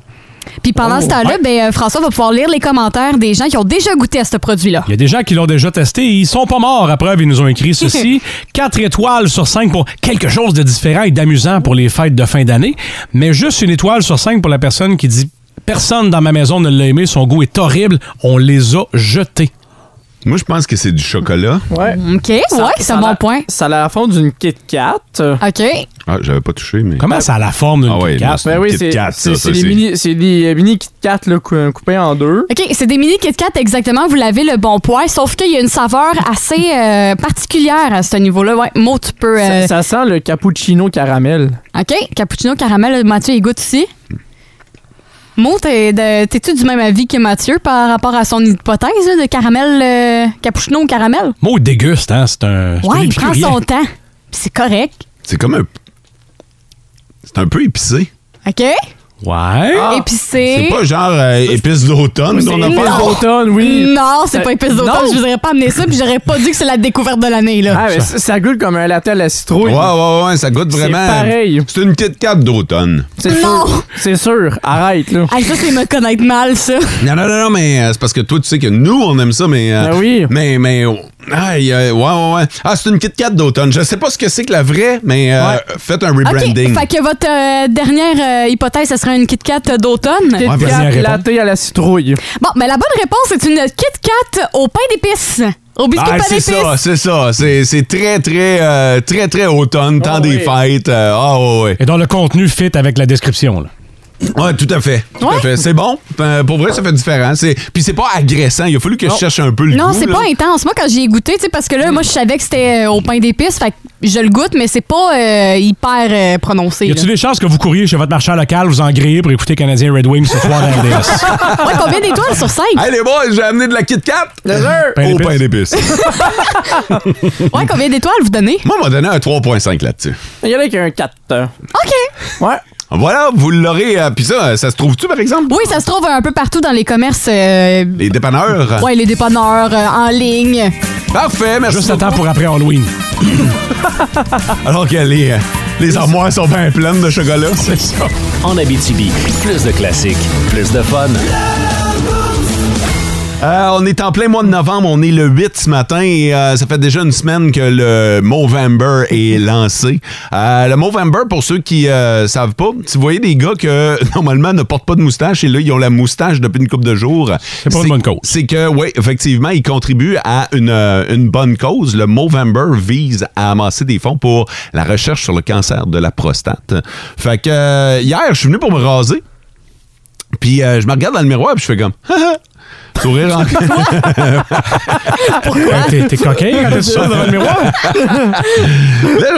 S7: Puis pendant
S4: Oh,
S7: ce temps-là,
S4: ouais.
S7: ben, euh, François va pouvoir lire les commentaires des gens qui ont déjà goûté à ce produit-là.
S4: Il y a des gens qui l'ont déjà testé et ils sont pas morts. À preuve, ils nous ont écrit ceci. Quatre étoiles sur cinq pour quelque chose de différent et d'amusant pour les fêtes de fin d'année. Mais juste une étoile sur cinq pour la personne qui dit Personne dans ma maison ne l'a aimé, son goût est horrible, on les a jetés.
S3: Moi, je pense que c'est du chocolat.
S5: Ouais.
S7: OK, ouais, c'est un bon point.
S5: Ça a la forme d'une Kit Kat.
S7: OK.
S3: Ah, j'avais pas touché, mais.
S4: Comment ça a la forme d'une
S3: ah, ouais,
S4: Kit Kat?
S3: non, c'est
S5: Ben
S3: une
S5: oui,
S3: Kit
S5: c'est
S3: Kat,
S5: c'est-
S3: ça, ça,
S5: c'est des mini- c'est des euh, mini Kit Kat là, cou- coupés en deux.
S7: OK, c'est des mini Kit Kat exactement, vous l'avez le bon poids, sauf qu'il y a une saveur assez euh, particulière à ce niveau-là. Ouais, mot tu peux euh,
S5: Ça, ça sent le cappuccino caramel.
S7: OK, cappuccino caramel, Mathieu il goûte aussi. Mo, t'es de- t'es-tu du même avis que Mathieu par rapport à son hypothèse là, de caramel euh, cappuccino au caramel
S4: Mot déguste, hein? C'est un. c'est un hein.
S7: Ouais, il prend
S4: épicurien.
S7: son temps. Puis c'est correct.
S3: C'est comme un. C'est un peu épicé.
S7: OK
S4: Ouais.
S5: Ah.
S7: Épicé.
S3: C'est pas genre euh, épices d'automne qu'on a
S7: Non.
S3: pas.
S7: Non, c'est pas épice d'automne.
S5: Euh, Non.
S7: Je vous aurais pas amené ça, puis j'aurais pas dit que c'est la découverte de l'année, là.
S5: Ah, mais ça, ça goûte comme un latte à la citrouille.
S3: Ouais, ouais, Ah ouais, ça goûte
S5: C'est
S3: vraiment.
S5: pareil.
S3: C'est une Kit Kat d'automne.
S5: C'est sûr. C'est sûr. Arrête, là.
S7: Ah, ça, c'est me connaître mal, ça.
S3: Non, non, non, non, mais euh, c'est parce que toi, tu sais que nous, on aime ça, mais.
S4: Ben
S3: euh, Mais, mais. oh, aïe, euh, ouais, ouais, ouais. Ah, c'est une Kit Kat d'automne. Je sais pas ce que c'est que la vraie, mais euh, faites un rebranding.
S7: OK, fait que votre euh, dernière euh, hypothèse, ce serait une Kit Kat d'automne.
S5: Kit
S3: Ouais, vas-y,
S5: Kat
S3: réponds.
S5: latte à la citrouille.
S7: Bon, mais la bonne réponse est une Kit Kat au pain d'épices. Au biscuit
S3: Ah,
S7: pain
S3: c'est
S7: d'épices.
S3: ça, c'est ça. C'est c'est très, très, euh, très, très automne,
S4: Oh,
S3: temps des fêtes. euh, Ah, ouais, ouais.
S4: Et dont le contenu fit avec la description. Là.
S3: Ouais, tout à fait. Tout à fait. C'est bon. Euh, Pour vrai, ça fait différent. C'est- Puis c'est pas agressant. Il a fallu que je cherche un peu le
S7: Non,
S3: goût,
S7: c'est
S3: là.
S7: pas intense. Moi, quand j'y ai goûté, tu sais, parce que là, moi, je savais que c'était euh, au pain d'épices, fait que je le goûte, mais c'est pas euh, hyper euh, prononcé.
S4: Y
S7: là.
S4: a-tu des chances que vous courriez chez votre marchand local, vous en grillez pour écouter Canadien Red Wings ce soir à RDS?
S7: ouais, combien d'étoiles sur 5?
S3: Hey, les boys, j'ai amené de la Kit Kat. Au pain d'épices.
S7: ouais, combien d'étoiles vous donnez?
S3: Moi, on m'a donné un 3,5 là-dessus.
S5: Il y en a qui a un 4.
S7: OK.
S5: Ouais.
S3: Voilà, vous l'aurez. euh, Puis ça, ça se trouve-tu, par exemple?
S7: Oui, ça se trouve un peu partout dans les commerces. euh,
S3: Les dépanneurs?
S7: ouais, les dépanneurs, euh, en ligne.
S3: Parfait, merci.
S4: Juste à temps pour après Halloween.
S3: Alors que les, euh, les armoires sont bien pleines de chocolat. C'est ça.
S2: En Abitibi, plus de classiques, plus de fun.
S3: Euh, on est en plein mois de novembre, on est le 8 ce matin et euh, ça fait déjà une semaine que le Movember est lancé. Euh, le Movember, pour ceux qui euh, savent pas, si vous voyez des gars que normalement ne portent pas de moustache et là, ils ont la moustache depuis une couple de jours. C'est
S4: pour une bonne cause.
S3: C'est que, oui, effectivement, ils contribuent à une, euh, une bonne cause. Le Movember vise à amasser des fonds pour la recherche sur le cancer de la prostate. Fait que euh, hier, je suis venu pour me raser. Puis euh, je me regarde dans le miroir puis je fais comme sourire en
S1: Pourquoi?
S4: T'es- t'es coquin quand t'es sourire dans le miroir?
S3: Là,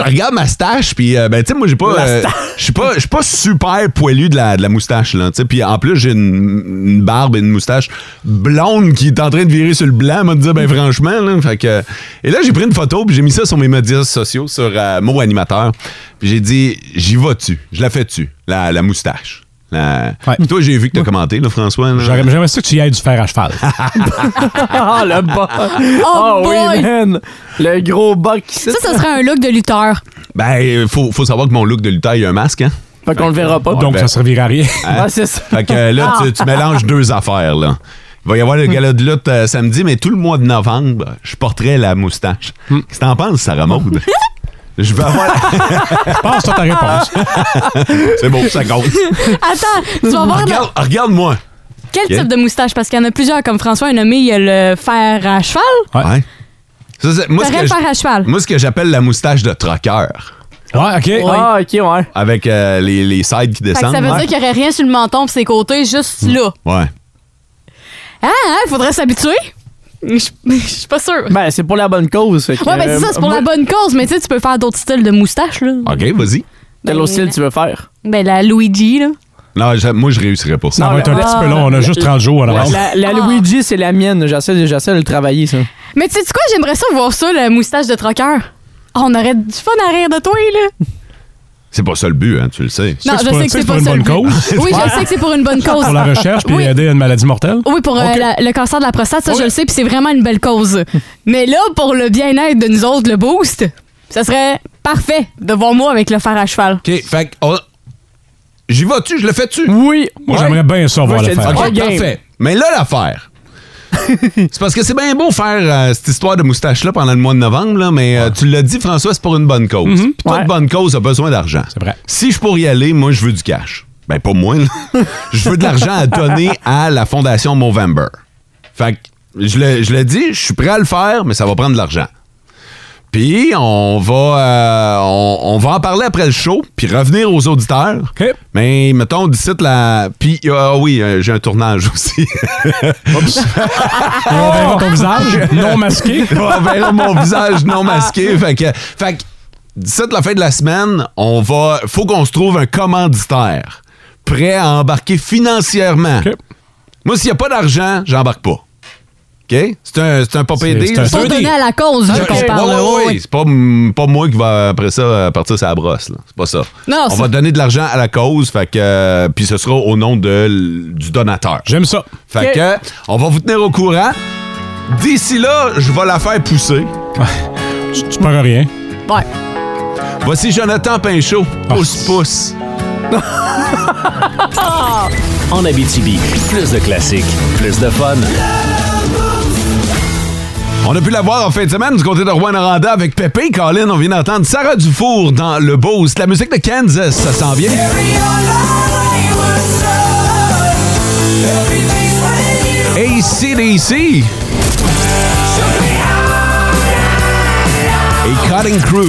S3: je regarde ma stache puis euh, ben tu sais moi j'ai pas
S1: La
S3: euh,
S1: stache.
S3: je suis pas je suis pas super poilu de la, de la moustache là, tu sais puis en plus j'ai une, une barbe et une moustache blonde qui est en train de virer sur le blanc, m'a dit ben franchement là, fait que et là j'ai pris une photo puis j'ai mis ça sur mes médias sociaux sur euh, mot animateur. Puis j'ai dit j'y vas tu, je la fais tu la, la moustache. La... Puis toi j'ai vu que t'as commenté là François. là.
S4: J'aurais- J'aimerais ça que tu y ailles du fer à cheval.
S5: Ah, le bas.
S7: Oh
S5: Ah
S7: boy!
S5: oui, man. Le gros bas qui
S7: Ça, ça serait un look de lutteur.
S3: Ben, faut, faut savoir que mon look de lutteur, il y a un masque, hein?
S5: Fait qu'on le verra pas.
S4: Donc, ça servira à rien.
S3: Hein?
S5: Ah, c'est ça. Ah.
S3: Fait que euh, là, tu, tu mélanges deux affaires, là. Il va y avoir le gala de lutte euh, samedi, mais tout le mois de novembre, je porterai la moustache.
S5: Hmm.
S3: Qu'est-ce que t'en penses, Sarah Maud? Je vais avoir
S4: Pense à ta réponse.
S3: C'est bon, ça compte.
S7: Attends, tu vas voir dans-
S3: Regarde- Regarde-moi.
S7: quel
S3: Ok.
S7: type de moustache, parce qu'il y en a plusieurs, comme François a nommé, il y a le fer à cheval.
S3: Ouais. Ça, c'est- moi, ce
S7: T'aurais
S3: que
S7: le fer
S3: je-
S7: à cheval.
S3: moi, ce que j'appelle la moustache de troqueur.
S4: Ouais, OK.
S5: Ah, OK, ouais.
S3: Avec euh, les, les sides qui
S7: Fait que
S3: descendent.
S7: ça veut dire qu'il n'y aurait rien sur le menton pis ses côtés, juste
S5: Mm.
S7: là.
S3: Ouais.
S7: Ah, hein, il faudrait s'habituer. Je je suis pas sûre.
S5: Ben, c'est pour la bonne cause. fait que,
S7: Ouais, ben c'est ça, c'est pour
S5: euh,
S7: la bonne cause, mais tu sais, tu peux faire d'autres styles de moustache, là.
S3: OK, vas-y.
S5: Quel autre style tu veux faire?
S7: Ben, la Luigi, là.
S3: Non, je- moi, je réussirais pas.
S4: Ça va être un petit peu long, on
S7: Ah.
S4: a juste 30 jours à
S5: La,
S4: l'avance.
S5: la- la Luigi, c'est la mienne. J'essaie, j'essaie de le travailler, ça.
S7: Mais tu sais quoi, j'aimerais ça voir ça, la moustache de troqueur. Ah, on aurait du fun à rire de toi, là.
S3: C'est pas ça le but, hein, tu le sais.
S7: Non, je sais que c'est pas ça le but. Oui, je sais que c'est pour une bonne cause.
S4: Pour la recherche puis
S7: Oui.
S4: aider à une maladie mortelle.
S7: Oui, pour euh, la- le cancer de la prostate, ça, je le sais, puis c'est vraiment une belle cause. Mais là, pour le bien-être de nous autres, le boost, ça serait parfait de voir moi avec le fer à cheval.
S3: OK, fait que, on- J'y vas-tu? Je le fais-tu?
S5: Oui.
S4: Moi, j'aimerais bien ça voir le
S3: faire.
S4: faire.
S3: OK, parfait. Mais là, l'affaire. c'est parce que c'est bien beau faire euh, cette histoire de moustache-là pendant le mois de novembre, là, mais euh, tu l'as dit, François, c'est pour une bonne cause.
S4: Mhm.
S3: Puis pas de bonne cause a besoin d'argent. C'est vrai. Si je pourrais y aller, moi, je veux du cash. Ben, pas moi, là. Je veux de l'argent à donner à la fondation Movember. Fait que, je le, je le dis, je suis prêt à le faire, mais ça va prendre de l'argent. Puis on va euh, on, on va en parler après le show, puis revenir aux auditeurs. Mais mettons d'ici la puis ah oui, euh, j'ai un tournage aussi.
S4: On verra ton visage non masqué.
S3: on verra mon visage non masqué, fait que fait que d'ici la fin de la semaine, on va faut qu'on se trouve un commanditaire prêt à embarquer financièrement. Moi s'il n'y a pas d'argent, j'embarque pas. OK? C'est un c'est un pas
S7: C'est
S3: pédé.
S7: pour donner à la cause, là, qu'on parle.
S3: Ouais, ouais,
S7: Ouais,
S3: ouais. C'est pas, mm, pas moi qui va après ça euh, partir sur la brosse. là. C'est pas ça.
S7: Non,
S3: On
S7: c'est-
S3: va donner de l'argent à la cause, fait que euh, puis ce sera au nom de, l- du donateur.
S4: J'aime ça.
S3: Fait
S4: Ok.
S3: que euh, on va vous tenir au courant. D'ici là, je vais la faire pousser.
S4: Tu, tu perds rien.
S7: ouais. Ouais.
S3: Voici Jonathan Pinchot.
S4: Ah.
S3: Pousse, pousse.
S2: En Abitibi, plus de classiques, plus de fun.
S3: On a pu la voir en fin de semaine du côté de Rouen-Noranda avec Pépé. Colin, on vient d'entendre Sarah Dufour dans Le Boost. La musique de Kansas, ça s'en vient. ACDC. Et Cutting Crew.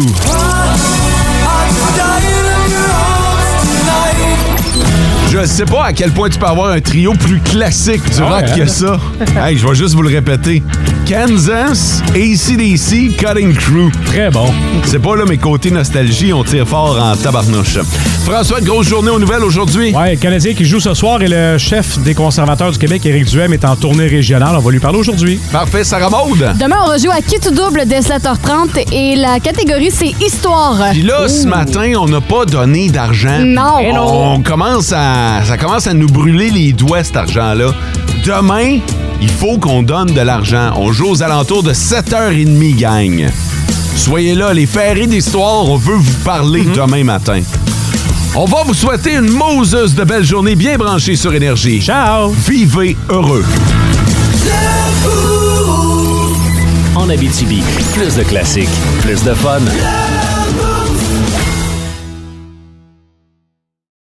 S3: Je sais pas à quel point tu peux avoir un trio plus classique du rock
S1: Ouais, hein?
S3: que ça. hey, je vais juste vous le répéter. Kansas, ACDC, Cutting Crew.
S4: Très bon.
S3: C'est pas là, mais côté nostalgie, on tire fort en tabarnouche. François, grosse journée aux nouvelles aujourd'hui.
S4: Ouais, le Canadien qui joue ce soir et le chef des conservateurs du Québec, Éric Duhem, est en tournée régionale. On va lui parler aujourd'hui.
S3: Parfait, Sarah Maude.
S7: Demain, on rejoue à qui tout double dès 7h30 et la catégorie, c'est histoire.
S3: Puis là, ce
S7: Ouh.
S3: matin, on n'a pas donné d'argent.
S7: Non. Eh non.
S3: On commence à, ça commence à nous brûler les doigts, cet argent-là. Demain, il faut qu'on donne de l'argent. On joue aux alentours de 7h30, gang. Soyez là, les ferrés d'histoire, on veut vous parler demain matin. On va vous souhaiter une Moses de belle journée bien branchée sur Énergie.
S4: Ciao!
S3: Vivez heureux.
S2: En Abitibi, plus de classiques, plus de fun.